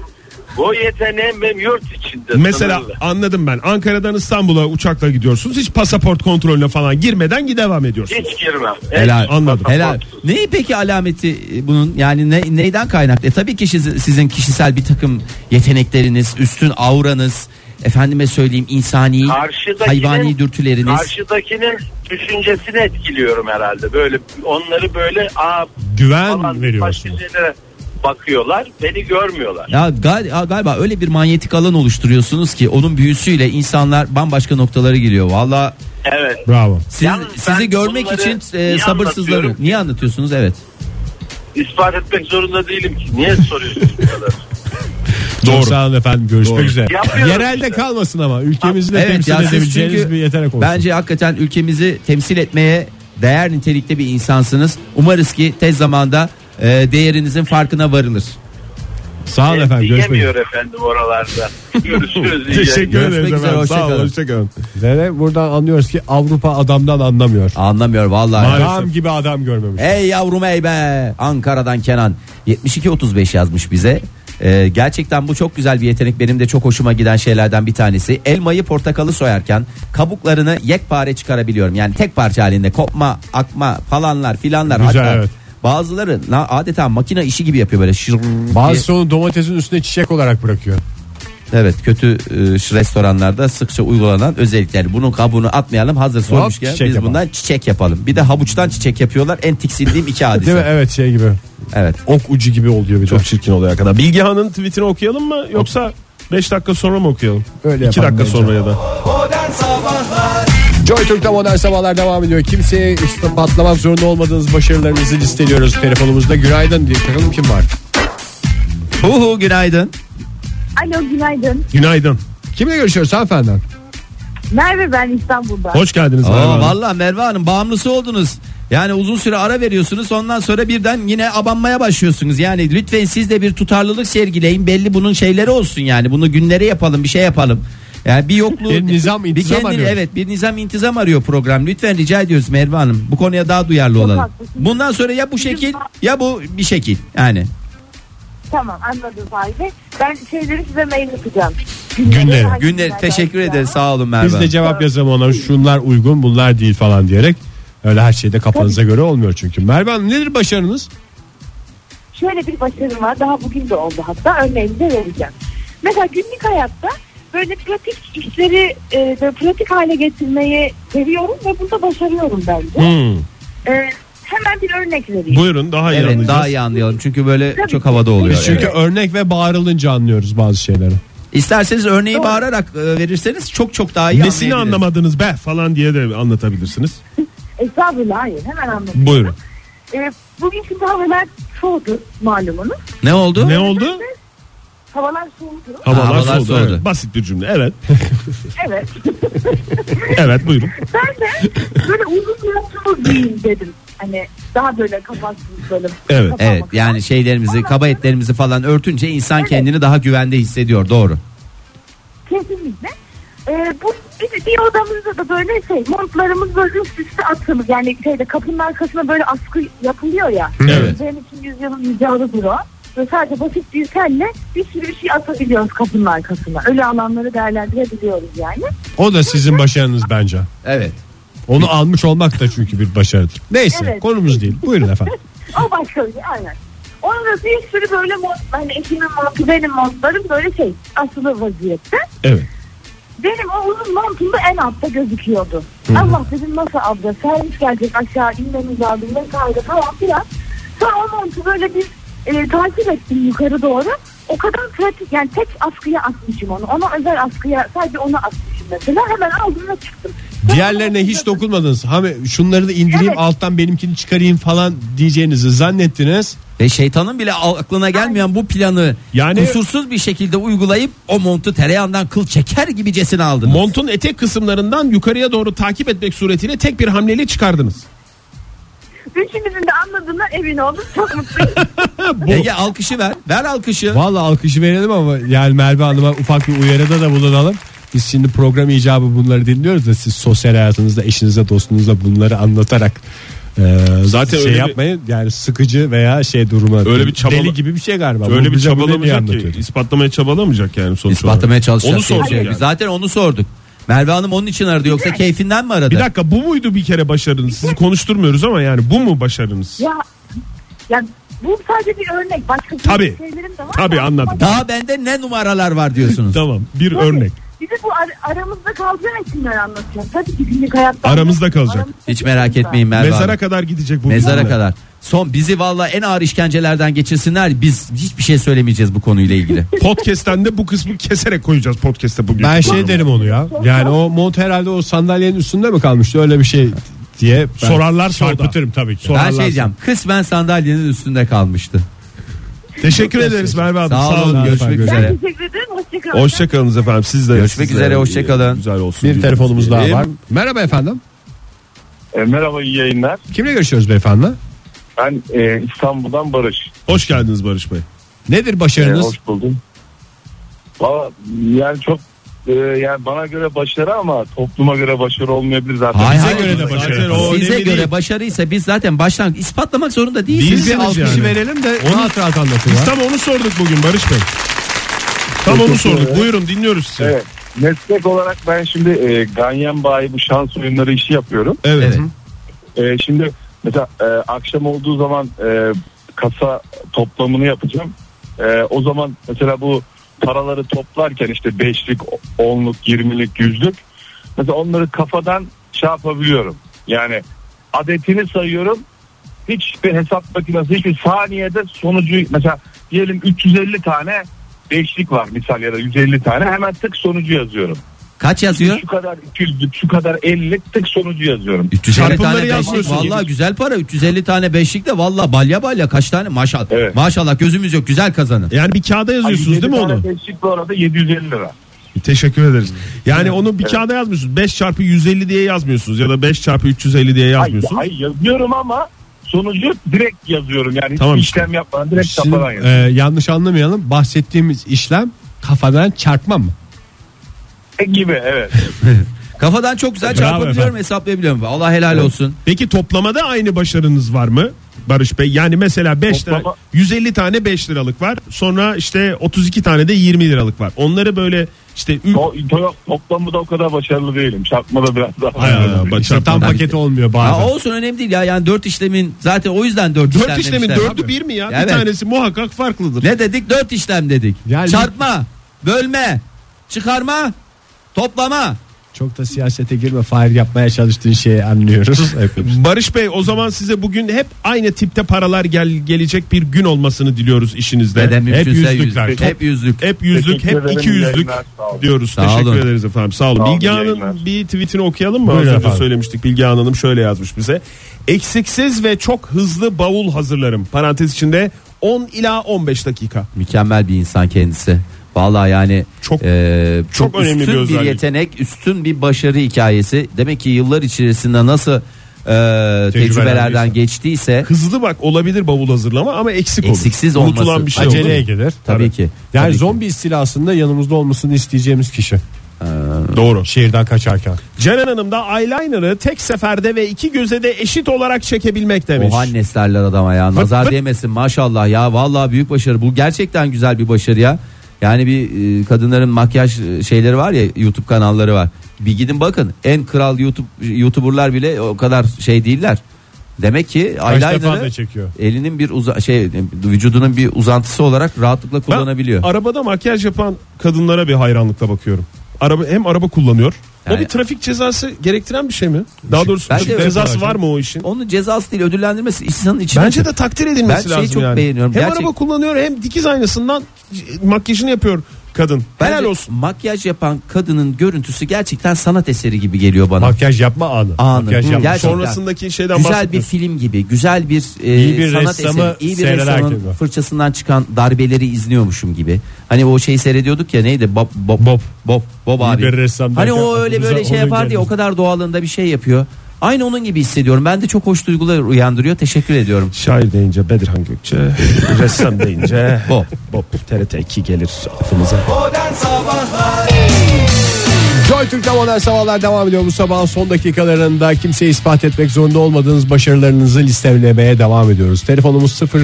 Speaker 5: bu yeteneğim benim yurt içinde.
Speaker 4: Mesela
Speaker 5: sınırlı.
Speaker 4: anladım ben Ankara'dan İstanbul'a uçakla gidiyorsunuz hiç pasaport kontrolüne falan girmeden devam ediyorsunuz.
Speaker 5: Hiç girmem.
Speaker 3: Helal.
Speaker 5: Evet,
Speaker 4: Anladım.
Speaker 3: Helal.
Speaker 5: pasaportsuz.
Speaker 3: Neyi peki alameti e, bunun yani ne, neyden kaynaklı? E tabii ki siz- sizin kişisel bir takım yetenekleriniz, üstün auranız, efendime söyleyeyim insani,
Speaker 5: Karşıdakinin-
Speaker 3: hayvani dürtüleriniz.
Speaker 5: Karşıdakinin düşüncesini etkiliyorum herhalde. Böyle onları böyle aa
Speaker 2: Güven
Speaker 5: falan başka şey.
Speaker 2: veriyorsunuz.
Speaker 5: şeylere bakıyorlar. Beni görmüyorlar.
Speaker 3: Ya gal- ya galiba öyle bir manyetik alan oluşturuyorsunuz ki onun büyüsüyle insanlar bambaşka noktalara geliyor. Valla
Speaker 5: Evet.
Speaker 2: Bravo.
Speaker 3: siz-
Speaker 5: Yalnız ben
Speaker 3: sizi görmek
Speaker 5: bunları
Speaker 3: için e,
Speaker 5: niye
Speaker 3: sabırsızlanıyorum.
Speaker 5: anlatıyorum?
Speaker 3: Niye anlatıyorsunuz? Evet.
Speaker 5: İspat etmek zorunda değilim ki. Niye soruyorsun bu kadar?
Speaker 2: Çok sağ olun efendim. Görüşmek
Speaker 4: Doğru.
Speaker 2: üzere.
Speaker 5: Yapıyorum
Speaker 2: Yerelde
Speaker 5: işte.
Speaker 2: kalmasın ama ülkemizde
Speaker 3: Evet
Speaker 2: temsil
Speaker 3: ya siz
Speaker 2: edebileceğiniz
Speaker 3: çünkü
Speaker 2: bir yetenek olsun.
Speaker 3: bence hakikaten ülkemizi temsil etmeye değer nitelikte bir insansınız. Umarız ki tez zamanda e, değerinizin farkına varılır.
Speaker 2: Sağ olun
Speaker 5: Et
Speaker 2: efendim. Görüşmek üzere.
Speaker 5: Yemiyor efendim oralarda. Görüşürüz. iyi
Speaker 4: Teşekkür
Speaker 5: yayınlar.
Speaker 4: ederiz
Speaker 3: Görüşmek üzere,
Speaker 4: efendim. Sağ olun.
Speaker 3: hoşçakalın.
Speaker 4: Hoşçakalın.
Speaker 2: Ve buradan anlıyoruz ki Avrupa adamdan anlamıyor.
Speaker 3: Anlamıyor vallahi.
Speaker 2: Adam gibi adam görmemiş.
Speaker 3: Ey yavrum ey be Ankara'dan Kenan 7235 yazmış bize. Ee, gerçekten bu çok güzel bir yetenek benim de çok hoşuma giden şeylerden bir tanesi. Elmayı portakalı soyarken kabuklarını yekpare çıkarabiliyorum. Yani tek parça halinde kopma akma falanlar filanlar.
Speaker 2: Güzel,
Speaker 3: hatta
Speaker 2: evet.
Speaker 3: Bazıları na- adeta makine işi gibi yapıyor böyle. Şır
Speaker 2: Bazısı onu domatesin üstüne çiçek olarak bırakıyor.
Speaker 3: diye. Evet kötü e, ş- restoranlarda sıkça uygulanan özellikler. Bunun kabuğunu atmayalım hazır soymuşken biz
Speaker 2: çiçek yapalım.
Speaker 3: bundan çiçek yapalım. Bir de havuçtan çiçek yapıyorlar en tiksindiğim iki
Speaker 2: Değil mi?
Speaker 3: hadise.
Speaker 2: Evet şey gibi.
Speaker 3: evet.
Speaker 2: Ok ucu gibi oluyor bir de.
Speaker 4: Çok çirkin oluyor kadar. Bilgi Han'ın tweetini okuyalım mı yoksa 5 dakika sonra mı okuyalım?
Speaker 2: Öyle
Speaker 4: 2
Speaker 2: yapalım
Speaker 4: dakika
Speaker 2: bence.
Speaker 4: sonra ya da.
Speaker 1: Modern Sabahlar
Speaker 2: Joy Türk'te modern sabahlar devam ediyor. Kimseye patlamak zorunda olmadığınız başarılarınızı listeliyoruz. Telefonumuzda günaydın diye bakalım kim var.
Speaker 3: Huhu günaydın.
Speaker 6: Alo günaydın.
Speaker 4: Günaydın.
Speaker 2: Kimle görüşüyoruz hanımefendi?
Speaker 6: Merve ben İstanbul'dan.
Speaker 4: Hoş geldiniz.
Speaker 3: Aa,
Speaker 4: Merve Hanım.
Speaker 3: vallahi Merve Hanım bağımlısı oldunuz. Yani uzun süre ara veriyorsunuz ondan sonra birden yine abanmaya başlıyorsunuz. Yani lütfen siz de bir tutarlılık sergileyin. Belli bunun şeyleri olsun yani. Bunu günlere yapalım bir şey yapalım. Yani bir yokluğu
Speaker 2: Bir nizam, intizam arıyoruz.
Speaker 3: Evet bir nizam intizam arıyor program. Lütfen rica ediyoruz Merve Hanım. Bu konuya daha duyarlı olalım.
Speaker 6: haklısınız.
Speaker 3: Bundan sonra ya bu şekil
Speaker 6: Bizim-
Speaker 3: ya bu bir şekil. Yani
Speaker 6: Tamam anladım Fahri. Ben şeyleri size mail atacağım.
Speaker 2: Günleri.
Speaker 3: günleri
Speaker 6: hangi günlerden
Speaker 3: teşekkür
Speaker 6: yapacağım?
Speaker 3: ederiz. Sağ olun Merve
Speaker 2: Biz
Speaker 3: Hanım.
Speaker 2: de cevap yazalım ona şunlar uygun bunlar değil falan diyerek. Öyle her şeyde kafanıza göre olmuyor çünkü. Merve Hanım nedir başarınız?
Speaker 6: Şöyle bir başarım var. Daha bugün de oldu hatta. Örneğini de vereceğim. Mesela günlük hayatta böyle pratik işleri e, böyle pratik hale getirmeyi seviyorum ve bunda başarıyorum bence.
Speaker 4: Hmm.
Speaker 6: E, hemen bir örnek vereyim.
Speaker 4: Buyurun daha iyi
Speaker 3: Evet
Speaker 4: anlayacağız.
Speaker 3: daha iyi anlayalım. Çünkü böyle
Speaker 6: Tabii.
Speaker 3: çok havada oluyor.
Speaker 2: Biz çünkü
Speaker 3: Evet.
Speaker 2: örnek ve bağırılınca anlıyoruz bazı şeyleri.
Speaker 3: İsterseniz örneği
Speaker 6: Doğru.
Speaker 3: bağırarak e, verirseniz çok çok daha iyi
Speaker 4: Nesini
Speaker 3: anlayabiliriz.
Speaker 4: anlamadınız be falan diye de anlatabilirsiniz.
Speaker 6: Estağfurullah hayır hemen anladım.
Speaker 4: Buyurun.
Speaker 6: E, bugün şimdi havalar soğudu malumunuz.
Speaker 3: Ne oldu?
Speaker 4: Ne oldu?
Speaker 6: Havalar soğudu.
Speaker 4: Havalar,
Speaker 3: Havalar
Speaker 4: soğudu.
Speaker 3: soğudu.
Speaker 4: Evet, basit bir cümle. Evet.
Speaker 6: Evet.
Speaker 4: evet buyurun.
Speaker 6: Ben de böyle uzun yolculuğu giyin dedim. Hani daha böyle kapatsız böyle.
Speaker 4: Evet.
Speaker 6: kapamak.
Speaker 3: Evet yani şeylerimizi kaba etlerimizi falan örtünce insan kendini daha güvende hissediyor doğru.
Speaker 6: Kesinlikle. Ee, bu bir, bir odamızda da böyle şey montlarımız böyle üst üste atılır. Yani şeyde kapının arkasına böyle askı yapılıyor ya.
Speaker 3: Evet.
Speaker 6: Benim için yüzyılın icadıdır o. Ve sadece basit bir telle bir sürü bir şey atabiliyoruz kapının arkasına. Öyle alanları değerlendirebiliyoruz yani.
Speaker 2: O da sizin başarınız bence.
Speaker 3: Evet.
Speaker 2: Onu almış olmak da çünkü bir başarıdır. Neyse
Speaker 6: Evet.
Speaker 2: konumuz değil. Buyurun efendim.
Speaker 6: O başka bir şey aynen. Onun da bir sürü böyle mont, hani eşimin montu benim montlarım böyle şey asılı vaziyette.
Speaker 4: Evet.
Speaker 6: Benim o uzun montum da en altta gözüküyordu. Allah dedim nasıl abla servis gelecek aşağı inmemiz lazım vesaire falan filan. Sonra o montu böyle bir e, takip ettim yukarı doğru. O kadar pratik yani tek askıya asmışım onu. Ona özel askıya sadece onu asmışım mesela. Hemen aldım ve çıktım. Sonra
Speaker 2: Diğerlerine hiç dokunmadınız. Hani şunları da indireyim
Speaker 6: Evet.
Speaker 2: alttan benimkini çıkarayım falan diyeceğinizi zannettiniz.
Speaker 3: Ve şeytanın bile al- aklına gelmeyen bu planı
Speaker 4: Yani-
Speaker 3: yani kusursuz bir şekilde uygulayıp o montu tereyağından kıl çeker gibicesine aldınız.
Speaker 4: Montun etek kısımlarından yukarıya doğru takip etmek suretiyle tek bir hamleyle çıkardınız.
Speaker 6: Üçümüzün de anladığına emin oldum. Çok mutluyum.
Speaker 3: Ege alkışı ver. Ver alkışı.
Speaker 2: Valla alkışı verelim ama yani Merve Hanım'a ufak bir uyarıda da bulunalım. Biz şimdi program icabı bunları dinliyoruz da siz sosyal hayatınızda eşinize dostunuza bunları anlatarak e,
Speaker 4: Zaten
Speaker 2: şey
Speaker 4: öyle bir-
Speaker 2: yapmayın yani sıkıcı veya şey duruma
Speaker 4: Öyle bir çabala-
Speaker 2: deli gibi bir şey galiba.
Speaker 4: Öyle
Speaker 2: Bu
Speaker 4: bir
Speaker 2: bize bunu niye
Speaker 4: çabalamayacak ki.
Speaker 2: anlatıyor?
Speaker 4: ispatlamaya çabalamayacak yani sonuç
Speaker 3: İspatlamaya
Speaker 4: olarak.
Speaker 3: çalışacağız.
Speaker 4: Onu soracak
Speaker 3: Şey,
Speaker 4: yani.
Speaker 3: Zaten onu sorduk. Merve Hanım onun için aradı yoksa keyfinden mi aradı?
Speaker 4: Bir dakika bu muydu bir kere başarınız? Sizi konuşturmuyoruz ama yani bu mu başarınız?
Speaker 6: ya, ya bu sadece bir örnek. Başka
Speaker 4: Tabii.
Speaker 6: şeylerim de var.
Speaker 4: Tabii
Speaker 6: da-
Speaker 4: anladım.
Speaker 3: Daha bende ne numaralar var diyorsunuz.
Speaker 4: Tamam bir
Speaker 6: Tabii.
Speaker 4: örnek.
Speaker 6: Bizi bu ar- aramızda kalacağı isimler anlatacağım. Tabii ki günlük hayatta.
Speaker 4: Aramızda kalacak.
Speaker 3: Hiç merak etmeyin Merve Hanım.
Speaker 4: Mezara kadar gidecek bu.
Speaker 3: Mezara
Speaker 4: bizimle.
Speaker 3: kadar. Son bizi valla en ağır işkencelerden geçirsinler. Biz hiçbir şey söylemeyeceğiz bu konuyla ilgili.
Speaker 4: Podcast'ten de bu kısmı keserek koyacağız podcast'te bugün.
Speaker 2: Ben şey derim onu ya yani o mont herhalde o sandalyenin üstünde mi kalmıştı öyle bir şey diye ben
Speaker 4: Sorarlar sonra.
Speaker 2: çarpıtırım tabii ki.
Speaker 3: ben şey diyeceğim. Kısmen sandalyenin üstünde kalmıştı.
Speaker 4: Teşekkür ederiz Merve Hanım.
Speaker 3: Sağ, olun. Görüşmek
Speaker 2: efendim.
Speaker 3: üzere.
Speaker 6: Teşekkür ederim. Hoşçakalın.
Speaker 4: Hoşçakalınız efendim. Siz de.
Speaker 3: Görüşmek
Speaker 4: siz de
Speaker 3: üzere, hoşça kalın.
Speaker 4: Güzel olsun.
Speaker 2: Bir telefonumuz daha
Speaker 4: diyelim.
Speaker 2: var. Merhaba efendim.
Speaker 7: E, merhaba iyi yayınlar.
Speaker 2: Kimle görüşüyoruz beyefendi?
Speaker 7: Ben e, İstanbul'dan Barış.
Speaker 4: Hoş geldiniz Barış Bey.
Speaker 2: Nedir
Speaker 7: Ee,
Speaker 2: başarınız?
Speaker 7: hoş buldum. Valla yani çok e, yani bana göre başarı ama topluma göre başarı olmayabilir zaten.
Speaker 3: Hayır,
Speaker 4: Bize
Speaker 3: hayır.
Speaker 4: göre de
Speaker 2: Zaten
Speaker 4: başarı.
Speaker 2: o
Speaker 3: Size
Speaker 4: önemli
Speaker 3: göre
Speaker 4: değil.
Speaker 3: başarıysa biz zaten baştan ispatlamak zorunda değilsiniz.
Speaker 2: Biz bir alkışı
Speaker 4: yani.
Speaker 2: verelim de rahat rahat anlatın.
Speaker 4: Biz
Speaker 2: ya.
Speaker 4: tam onu sorduk bugün Barış Bey. Tam onu sorduk. Buyurun dinliyoruz sizi.
Speaker 7: Evet. Meslek olarak ben şimdi e, ganyan bayi bu şans oyunları işi yapıyorum.
Speaker 4: Evet.
Speaker 3: Evet.
Speaker 7: E, şimdi mesela e, akşam olduğu zaman e, kasa toplamını yapacağım. E, o zaman mesela bu paraları toplarken işte 5'lik, 10'luk, 20'lik, 100'lük mesela onları kafadan şey yapabiliyorum. Yani adetini sayıyorum. Hiçbir hesap makinesi hiçbir saniyede sonucu mesela diyelim 350 tane 5'lik var misal ya da 150 tane hemen tık sonucu yazıyorum.
Speaker 3: Kaç yazıyor?
Speaker 7: Şu kadar 200'lük, şu kadar 50'lik tık sonucu yazıyorum.
Speaker 3: 350
Speaker 4: Çarpımları
Speaker 3: tane beşlik
Speaker 4: yazmıyorsunuz.
Speaker 3: valla güzel para 350 tane beşlik de valla balya balya kaç tane maşallah
Speaker 7: Evet.
Speaker 3: maşallah gözümüz yok güzel kazanın.
Speaker 4: Yani bir kağıda yazıyorsunuz değil mi onu?
Speaker 7: 5'lik bu arada 750 lira.
Speaker 4: Teşekkür ederiz. Yani onu bir kağıda yazmıyorsunuz. 5 çarpı 150 diye yazmıyorsunuz ya da 5 çarpı 350 diye
Speaker 7: Hayır,
Speaker 4: yazmıyorsunuz.
Speaker 7: hayır yazıyorum ama sonucu direkt yazıyorum yani hiç
Speaker 4: Tamam işte.
Speaker 7: işlem yapmadan direkt
Speaker 2: Şimdi,
Speaker 7: kafadan yazıyorum.
Speaker 2: e, yanlış anlamayalım. Bahsettiğimiz işlem kafadan çarpma mı?
Speaker 7: E, gibi evet.
Speaker 3: Kafadan çok güzel
Speaker 4: Bravo
Speaker 3: çarpabiliyorum
Speaker 4: efendim.
Speaker 3: hesaplayabiliyorum. Allah helal olsun.
Speaker 4: Peki toplamada aynı başarınız var mı? Barış Bey yani mesela 5 lira,
Speaker 7: Toplama-
Speaker 4: 150 tane 5 liralık var. Sonra işte 32 tane de 20 liralık var. Onları böyle işte ü-
Speaker 7: O, to- toplamı da o kadar başarılı değilim. Çarpmada biraz daha.
Speaker 4: Hay Allah,
Speaker 7: başarılıyım.
Speaker 4: bak-
Speaker 2: İşte
Speaker 4: çarpma.
Speaker 2: tam paket olmuyor
Speaker 3: Ha,
Speaker 2: bazen.
Speaker 3: olsun önemli değil ya yani dört işlemin zaten o yüzden dört,
Speaker 4: 4
Speaker 3: işlem
Speaker 4: işlemin
Speaker 3: demişler.
Speaker 4: 4'ü 1 mi ya?
Speaker 3: Evet.
Speaker 4: Bir tanesi muhakkak farklıdır.
Speaker 3: Ne dedik? Dört işlem dedik.
Speaker 2: Yani-
Speaker 3: Çarpma, bölme, çıkarma, toplama.
Speaker 2: Çok da siyasete girme Fahir yapmaya çalıştığın şeyi anlıyoruz hepimiz.
Speaker 4: Barış Bey o zaman size bugün hep aynı tipte paralar gel gelecek bir gün olmasını diliyoruz işinizde.
Speaker 3: Neden
Speaker 4: hep
Speaker 3: mümkünse
Speaker 4: yüzlükler.
Speaker 3: yüzlük. Hep yüzlük.
Speaker 4: Hep yüzlük,
Speaker 7: Teşekkür
Speaker 4: hep
Speaker 7: ederim,
Speaker 4: iki yüzlük
Speaker 7: yayınlar, sağ olun.
Speaker 4: diyoruz.
Speaker 3: Sağ
Speaker 4: Teşekkür
Speaker 3: olun.
Speaker 4: ederiz efendim. Sağ olun.
Speaker 7: Sağ olun,
Speaker 4: Bilge
Speaker 7: iyi
Speaker 4: Hanım'ın
Speaker 7: yayınlar.
Speaker 4: bir tweetini okuyalım mı? Az
Speaker 2: Buyurun
Speaker 4: önce
Speaker 2: efendim.
Speaker 4: söylemiştik. Bilge Hanım şöyle yazmış bize. Eksiksiz ve çok hızlı bavul hazırlarım. Parantez içinde 10 ila 15 dakika.
Speaker 3: Mükemmel bir insan kendisi. Vallahi yani
Speaker 4: Çok-
Speaker 3: e,
Speaker 4: çok önemli
Speaker 3: üstün
Speaker 4: bir
Speaker 3: bir,
Speaker 4: özellik.
Speaker 3: yetenek, üstün bir başarı hikayesi. Demek ki yıllar içerisinde nasıl e, tecrübelerden geçtiyse
Speaker 4: Hızlı bak olabilir bavul hazırlama ama eksik olur.
Speaker 3: Eksiksiz
Speaker 4: Unutulan
Speaker 3: olması.
Speaker 4: bir şey olur.
Speaker 2: Aceleye gelir.
Speaker 3: tabii ki.
Speaker 2: Yani
Speaker 3: Tabii ki.
Speaker 2: zombi istilasında yanımızda olmasını isteyeceğimiz kişi.
Speaker 3: Ee,
Speaker 4: Doğru.
Speaker 2: Şehirden kaçarken.
Speaker 4: Ceren Hanım da eyeliner'ı tek seferde ve iki göze de eşit olarak çekebilmek demiş.
Speaker 3: Oha neslerler adama ya. Nazar
Speaker 4: fıt.
Speaker 3: değmesin maşallah ya. Vallahi büyük başarı. Bu gerçekten güzel bir başarı ya. Yani bir e, kadınların makyaj e, şeyleri var ya YouTube kanalları var. Bir gidin bakın. En kral YouTube YouTuber'lar bile o kadar şey değiller. demek ki eyeliner'ı
Speaker 2: çekiyor.
Speaker 3: elinin bir uza şey vücudunun bir uzantısı olarak rahatlıkla
Speaker 4: Ben
Speaker 3: kullanabiliyor.
Speaker 4: arabada makyaj yapan kadınlara bir hayranlıkla bakıyorum. Araba hem araba kullanıyor.
Speaker 3: Yani-
Speaker 4: o bir trafik cezası gerektiren bir şey mi? Daha doğrusu
Speaker 3: Bence
Speaker 4: trafik
Speaker 3: evet.
Speaker 4: cezası var mı o işin?
Speaker 3: Onun cezası değil ödüllendirmesi insanın içine.
Speaker 4: Bence de takdir
Speaker 3: Ben
Speaker 4: edilmesi
Speaker 3: şeyi
Speaker 4: lazım
Speaker 3: çok
Speaker 4: yani.
Speaker 3: beğeniyorum.
Speaker 4: Hem
Speaker 3: Gerçek-
Speaker 4: araba kullanıyor hem dikiz aynasından makyajını yapıyor kadın.
Speaker 3: Bence
Speaker 4: Helal olsun.
Speaker 3: Makyaj yapan kadının görüntüsü gerçekten sanat eseri gibi geliyor bana.
Speaker 2: Makyaj yapma anı.
Speaker 3: Anı.
Speaker 2: Makyaj
Speaker 3: Hı,
Speaker 2: yapma.
Speaker 3: gerçekten.
Speaker 4: Sonrasındaki şeyden
Speaker 3: güzel bir
Speaker 4: bahsetmiyorsun.
Speaker 3: film gibi güzel bir, e,
Speaker 2: İyi bir
Speaker 3: sanat
Speaker 2: ressamı
Speaker 3: eseri iyi bir
Speaker 2: seyrederken
Speaker 3: ressamın
Speaker 2: gibi.
Speaker 3: fırçasından çıkan darbeleri izliyormuşum gibi hani o şeyi seyrediyorduk ya neydi Bob Bob Bob Bob, abi
Speaker 2: bir ressam
Speaker 3: hani
Speaker 2: derken
Speaker 3: o öyle
Speaker 2: aklımıza
Speaker 3: böyle şey
Speaker 2: onun
Speaker 3: yapar diye o
Speaker 2: gelmesi.
Speaker 3: kadar doğalında bir şey yapıyor aynı onun gibi hissediyorum ben de çok hoş duygular uyandırıyor teşekkür ediyorum
Speaker 4: Şair deyince Bedirhan Gökçe, ressam deyince
Speaker 3: Bob
Speaker 4: Bob TRT 2 gelir aklımıza.
Speaker 1: Modern Sabahlar
Speaker 2: Joy Türk'te modern sabahlar devam ediyor. Bu sabahın son dakikalarında kimseye ispat etmek zorunda olmadığınız başarılarınızı listelemeye devam ediyoruz. Telefonumuz 0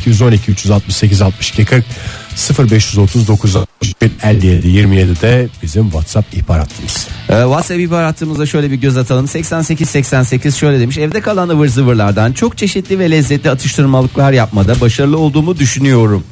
Speaker 2: 212 368 62 40 0 539 61 57 27'de bizim WhatsApp ihbar hattımız.
Speaker 3: Ee, WhatsApp ihbar hattımıza şöyle bir göz atalım. 88 88 şöyle demiş. Evde kalan ıvır zıvırlardan çok çeşitli ve lezzetli atıştırmalıklar yapmada başarılı olduğumu düşünüyorum.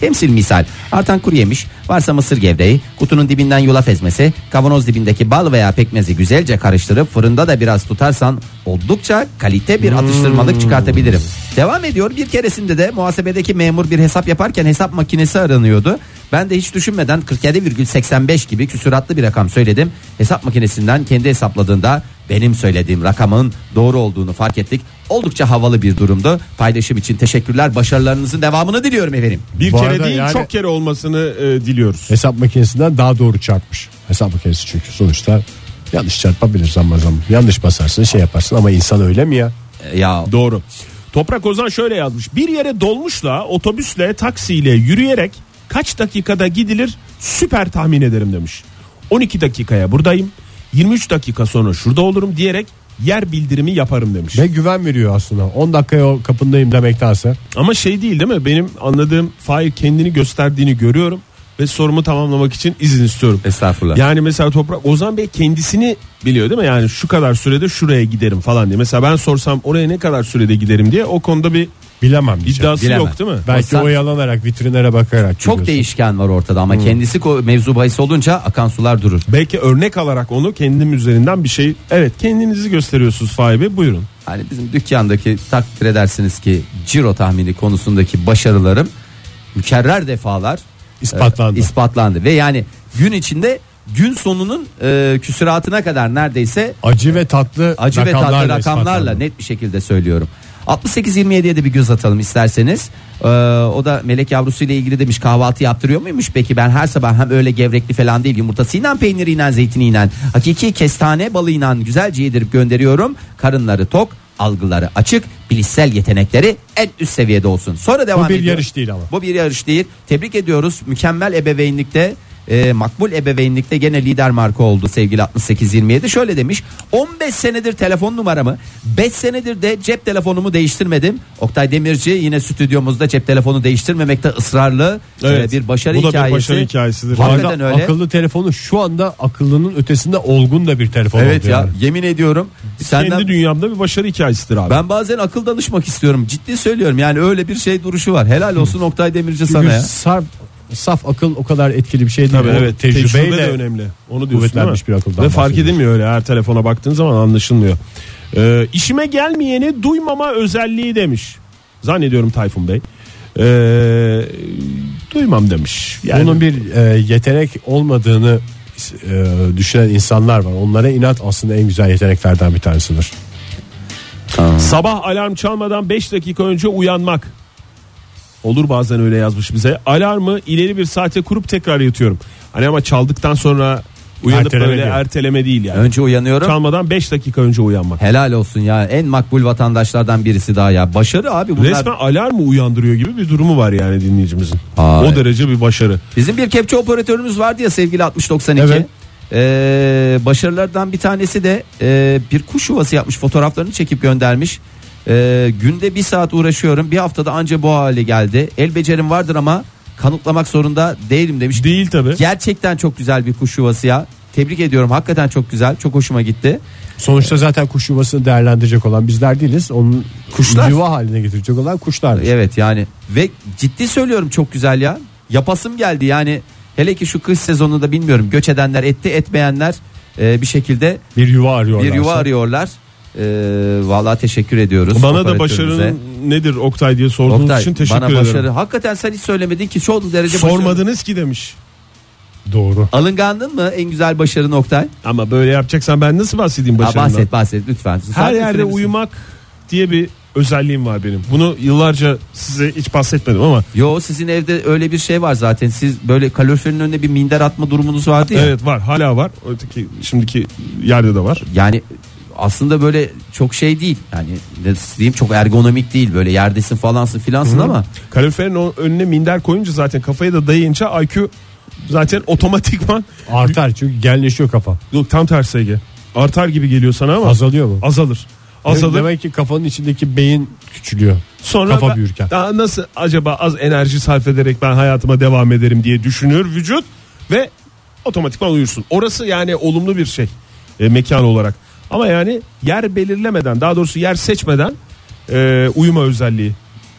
Speaker 3: Temsil misal artan kuru yemiş, varsa mısır gevreği, kutunun dibinden yulaf ezmesi, kavanoz dibindeki bal veya pekmezi güzelce karıştırıp fırında da biraz tutarsan oldukça kalite bir atıştırmalık çıkartabilirim. Devam ediyor bir keresinde de muhasebedeki memur bir hesap yaparken hesap makinesi aranıyordu. Ben de hiç düşünmeden 47,85 gibi küsuratlı bir rakam söyledim. Hesap makinesinden kendi hesapladığında benim söylediğim rakamın doğru olduğunu fark ettik. Oldukça havalı bir durumdu. Paylaşım için teşekkürler. Başarılarınızın devamını diliyorum efendim.
Speaker 4: Bir
Speaker 2: Bu
Speaker 4: kere
Speaker 2: arada
Speaker 4: değil
Speaker 2: yani-
Speaker 4: çok kere olmasını e, diliyoruz.
Speaker 2: Hesap makinesinden daha doğru çarpmış. Hesap makinesi çünkü sonuçta yanlış çarpabilir zaman zaman. Yanlış basarsın şey yaparsın ama insan öyle mi ya?
Speaker 3: Ee, Ya
Speaker 4: Doğru. Toprak Ozan şöyle yazmış. Bir yere dolmuşla, otobüsle, taksiyle yürüyerek kaç dakikada gidilir süper tahmin ederim demiş. 12 dakikaya buradayım. 23 dakika sonra şurada olurum diyerek yer bildirimi yaparım demiş.
Speaker 2: Ve güven veriyor aslında. 10 dakikaya o kapındayım demektense.
Speaker 4: Ama şey değil değil mi? Benim anladığım Fahir kendini gösterdiğini görüyorum ve sorumu tamamlamak için izin istiyorum.
Speaker 3: Estağfurullah.
Speaker 4: Yani mesela Toprak Ozan Bey kendisini biliyor değil mi? Yani şu kadar sürede şuraya giderim falan diye. Mesela ben sorsam oraya ne kadar sürede giderim diye o konuda bir
Speaker 2: Bilemem diyeceğim.
Speaker 4: iddiası
Speaker 3: bilemem.
Speaker 4: yok değil mi?
Speaker 2: Belki
Speaker 3: Olsa-
Speaker 2: oyalanarak vitrinlere
Speaker 3: Çok
Speaker 2: bakarak. gidiyorsun.
Speaker 3: değişken var ortada ama kendisi ko- mevzu bahis olunca akan sular durur.
Speaker 4: Belki örnek alarak onu kendim üzerinden bir şey. Evet kendinizi gösteriyorsunuz Fahir Bey buyurun.
Speaker 3: Hani bizim dükkandaki takdir edersiniz ki ciro tahmini konusundaki başarılarım mükerrer defalar
Speaker 2: İspatlandı.
Speaker 4: Ee,
Speaker 3: e, ispatlandı. Ve yani gün içinde gün sonunun e, küsuratına kadar neredeyse
Speaker 2: Acı ve tatlı
Speaker 3: acı ve
Speaker 2: rakamlarla
Speaker 3: tatlı rakamlarla
Speaker 2: ispatlandı.
Speaker 3: net bir şekilde söylüyorum. 68-27'ye de bir göz atalım isterseniz. Ee, o da melek yavrusu ile ilgili demiş kahvaltı yaptırıyor muymuş peki ben her sabah hem öyle gevrekli falan değil yumurtasıyla peyniriyle zeytiniyle hakiki kestane balıyla güzelce yedirip gönderiyorum karınları tok algıları açık bilişsel yetenekleri en üst seviyede olsun sonra devam
Speaker 2: bir
Speaker 3: ediyor.
Speaker 2: yarış değil ama.
Speaker 3: Bu bir yarış değil. Tebrik ediyoruz. Mükemmel ebeveynlikte e, makbul ebeveynlikte gene lider marka oldu sevgili 6827. Şöyle demiş 15 senedir telefon numaramı 5 senedir de cep telefonumu değiştirmedim. Oktay Demirci yine stüdyomuzda cep telefonu değiştirmemekte ısrarlı
Speaker 4: Evet,
Speaker 3: E, bir başarı
Speaker 4: bu da bir
Speaker 3: hikayesi.
Speaker 4: başarı hikayesidir.
Speaker 3: Hakikaten
Speaker 2: Hala
Speaker 3: öyle.
Speaker 2: Akıllı telefonu şu anda akıllının ötesinde olgun da bir telefon
Speaker 3: Evet
Speaker 2: oldu
Speaker 3: ya
Speaker 2: yani.
Speaker 3: yemin ediyorum senden
Speaker 4: Kendi dünyamda bir başarı hikayesidir abi.
Speaker 3: ben bazen akıl danışmak istiyorum. Ciddi söylüyorum. Yani öyle bir şey duruşu var. Helal olsun Oktay Demirci sana
Speaker 2: Çünkü
Speaker 3: ya.
Speaker 2: sarp- saf akıl o kadar etkili bir şey değil.
Speaker 4: Tabii
Speaker 2: O
Speaker 4: evet tecrübe, de önemli. Onu diyorsun değil mi?
Speaker 2: kuvvetlenmiş bir akıldan
Speaker 4: Ve fark
Speaker 2: bahsediyoruz.
Speaker 4: edilmiyor öyle her telefona baktığın zaman anlaşılmıyor. Ee, işime gelmeyeni duymama özelliği demiş. Zannediyorum Tayfun Bey. Ee, duymam demiş. Yani
Speaker 2: Bunun bir e, yetenek olmadığını e, düşünen insanlar var. Onlara inat aslında en güzel yeteneklerden bir tanesidir.
Speaker 4: sabah alarm çalmadan 5 dakika önce uyanmak. Olur bazen öyle yazmış bize. Alarmı ileri bir saate kurup tekrar yatıyorum. Hani ama çaldıktan sonra uyanıp
Speaker 2: Erteleme
Speaker 4: böyle
Speaker 2: diyor.
Speaker 4: erteleme değil yani.
Speaker 3: Önce uyanıyorum.
Speaker 4: Çalmadan 5 dakika önce uyanmak.
Speaker 3: Helal olsun ya en makbul vatandaşlardan birisi daha ya başarı abi bunlar
Speaker 4: Resmen alarmı uyandırıyor gibi bir durumu var yani dinleyicimizin.
Speaker 3: Aa,
Speaker 4: o
Speaker 3: evet.
Speaker 4: derece bir başarı.
Speaker 3: bizim bir kepçe operatörümüz vardı ya sevgili 6092
Speaker 2: Evet.
Speaker 3: Ee, başarılardan bir tanesi de e, bir kuş yuvası yapmış fotoğraflarını çekip göndermiş Ee, günde bir saat uğraşıyorum bir haftada anca bu hale geldi el becerim vardır ama kanıtlamak zorunda değilim demiş
Speaker 4: Değil tabi.
Speaker 3: gerçekten çok güzel bir kuş yuvası ya tebrik ediyorum hakikaten çok güzel çok hoşuma gitti
Speaker 2: Sonuçta zaten kuş yuvasını değerlendirecek olan bizler değiliz. Onun
Speaker 3: Kuşlar.
Speaker 2: yuva haline getirecek olan kuşlar.
Speaker 3: Evet yani ve ciddi söylüyorum çok güzel ya. Yapasım geldi yani hele ki şu kış sezonunda bilmiyorum göç edenler etti etmeyenler e, bir şekilde
Speaker 2: Bir yuva arıyorlar.
Speaker 3: bir yuva arıyorlar. E, vallahi teşekkür ediyoruz.
Speaker 4: Bana da
Speaker 3: operatörümüze.
Speaker 4: başarının nedir Oktay diye sorduğunuz
Speaker 3: Oktay,
Speaker 4: için teşekkür
Speaker 3: bana başarı.
Speaker 4: ederim.
Speaker 3: Hakikaten sen hiç söylemedin ki çoğu derece başarı.
Speaker 4: Sormadınız ki demiş.
Speaker 2: Doğru.
Speaker 3: Alıngandın mı en güzel başarı Oktay?
Speaker 4: Ama böyle yapacaksan ben nasıl bahsedeyim
Speaker 3: Ha,
Speaker 4: başarından?
Speaker 3: bahset bahset lütfen.
Speaker 4: Her
Speaker 3: Sen
Speaker 4: yerde
Speaker 3: bitirebilirsin.
Speaker 4: uyumak diye bir özelliğim var benim. Bunu yıllarca size hiç bahsetmedim ama
Speaker 3: Yo sizin evde öyle bir şey var zaten. Siz böyle kaloriferin önüne bir minder atma durumunuz vardı ya.
Speaker 4: evet var hala var. Öteki şimdiki yerde de var.
Speaker 3: yani aslında böyle çok şey değil. Yani nasıl diyeyim çok ergonomik değil. Böyle yerdesin falansın filansın ama
Speaker 4: Kaloriferin o- önüne minder koyunca zaten kafayı da dayayınca IQ zaten otomatikman
Speaker 2: Artar çünkü genleşiyor kafa.
Speaker 4: Yok, tam tersi Ege. Artar gibi geliyor sana ama
Speaker 2: Azalıyor mu?
Speaker 4: azalır.
Speaker 2: Azalır.
Speaker 4: Azalır.
Speaker 2: Demek ki kafanın içindeki beyin küçülüyor.
Speaker 4: Sonra
Speaker 2: Kafa
Speaker 4: ben-
Speaker 2: büyürken.
Speaker 4: Daha nasıl acaba az enerji sarf ederek ben hayatıma devam ederim diye düşünür vücut ve otomatikman uyursun. Orası yani olumlu bir şey e, mekan olarak. Ama yani yer belirlemeden daha doğrusu yer seçmeden e, uyuma özelliği.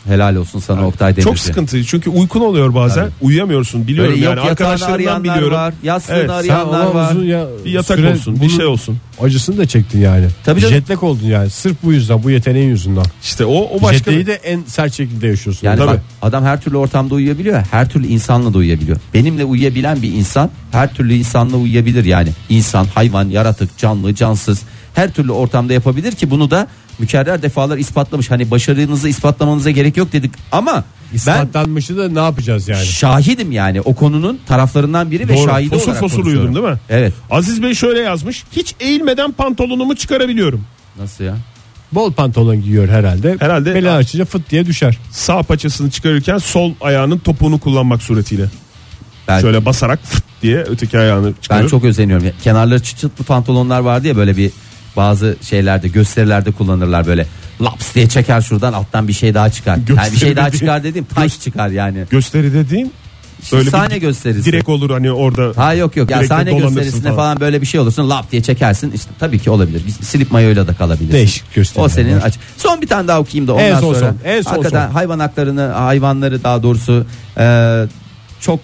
Speaker 3: helal olsun sana Oktay Demirci.
Speaker 4: Çok sıkıntı çünkü uykun oluyor bazen uyuyamıyorsun biliyorum
Speaker 3: Böyle
Speaker 4: yani
Speaker 3: yok yatağını
Speaker 4: arkadaşlarımdan
Speaker 3: arayanlar
Speaker 4: biliyorum.
Speaker 3: var. Yastığını
Speaker 4: Evet, sen
Speaker 3: arayanlar
Speaker 2: ona
Speaker 3: var.
Speaker 2: uzun ya,
Speaker 4: Bir yatak
Speaker 2: süre
Speaker 4: olsun bir
Speaker 2: bunun
Speaker 4: şey olsun.
Speaker 2: Acısını da çektin yani.
Speaker 3: Tabii canım.
Speaker 2: Jetlek oldun yani. Sırf bu yüzden bu yeteneğin yüzünden.
Speaker 4: İşte o o başka
Speaker 2: Jetleği de en sert şekilde yaşıyorsun.
Speaker 3: Yani
Speaker 2: Tabii.
Speaker 3: bak adam her türlü ortamda uyuyabiliyor. Her türlü insanla da uyuyabiliyor. Benimle uyuyabilen bir insan her türlü insanla uyuyabilir yani. İnsan, hayvan, yaratık, canlı, cansız her türlü ortamda yapabilir ki bunu da mükerrer defalar ispatlamış. Hani başarınızı ispatlamanıza gerek yok dedik ama ben
Speaker 2: İspatlanmışı da ne yapacağız yani?
Speaker 3: Şahidim yani o konunun taraflarından biri ve
Speaker 4: Doğru.
Speaker 3: şahidi
Speaker 4: Fosul
Speaker 3: olarak
Speaker 4: fosul
Speaker 3: konuşuyorum.
Speaker 4: uyudum değil mi?
Speaker 3: Evet.
Speaker 4: Aziz Bey şöyle yazmış. Hiç eğilmeden pantolonumu çıkarabiliyorum.
Speaker 3: Nasıl ya?
Speaker 2: Bol pantolon giyiyor herhalde.
Speaker 4: Herhalde-
Speaker 2: Beli açınca fıt diye düşer.
Speaker 4: Sağ paçasını çıkarırken sol ayağının topuğunu kullanmak suretiyle.
Speaker 3: Ben,
Speaker 4: Şöyle basarak fıt diye öteki ayağını çıkarır.
Speaker 3: ben çok özeniyorum. Ya, Kenarları çıt çıtlı pantolonlar vardı ya böyle bir bazı şeylerde gösterilerde kullanırlar böyle. Laps diye çeker şuradan alttan bir şey daha çıkar. Yani bir şey
Speaker 4: Gösteri
Speaker 3: daha
Speaker 4: dediğin-
Speaker 3: çıkar dediğim taş çıkar yani.
Speaker 4: Gösteri dediğin
Speaker 3: Böyle
Speaker 4: Böyle bir
Speaker 3: sahne gösterisi.
Speaker 4: direkt olur hani orada.
Speaker 3: Ha yok yok ya
Speaker 4: Direkt
Speaker 3: sahne
Speaker 4: dolanırsın
Speaker 3: gösterisinde falan.
Speaker 4: falan.
Speaker 3: böyle bir şey olursun lap diye çekersin. İşte tabii ki olabilir. Biz Silip mayoyla da kalabilirsin.
Speaker 2: Değişik gösteriler
Speaker 3: O senin
Speaker 2: var.
Speaker 3: aç. Son bir tane daha okuyayım da ondan
Speaker 2: En son
Speaker 3: sonra.
Speaker 2: son, en son
Speaker 3: hakikaten
Speaker 2: son.
Speaker 3: hayvan haklarını hayvanları daha doğrusu e, çok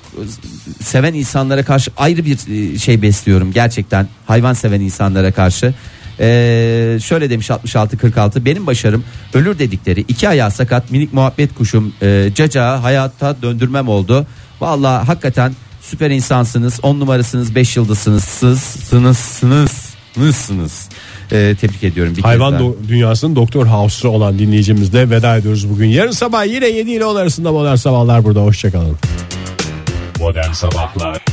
Speaker 3: seven insanlara karşı ayrı bir e, şey besliyorum gerçekten hayvan seven insanlara karşı. E, şöyle demiş 66-46 benim başarım ölür dedikleri iki ayağı sakat minik muhabbet kuşum e, caca hayata döndürmem oldu. Vallahi hakikaten süper insansınız. 10 numarasınız, 5 yıldızsınız. Sız, sınız, sınız, nızsınız. Ee, tebrik ediyorum. Bir kez
Speaker 2: Hayvan
Speaker 3: daha.
Speaker 2: do- dünyasının Doktor House'u olan dinleyicimizle veda ediyoruz bugün. Yarın sabah yine 7 ile 10 arasında Modern Sabahlar burada. Hoşçakalın.
Speaker 8: Modern Sabahlar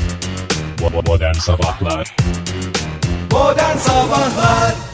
Speaker 8: Bo- bo- Modern Sabahlar
Speaker 1: Modern Sabahlar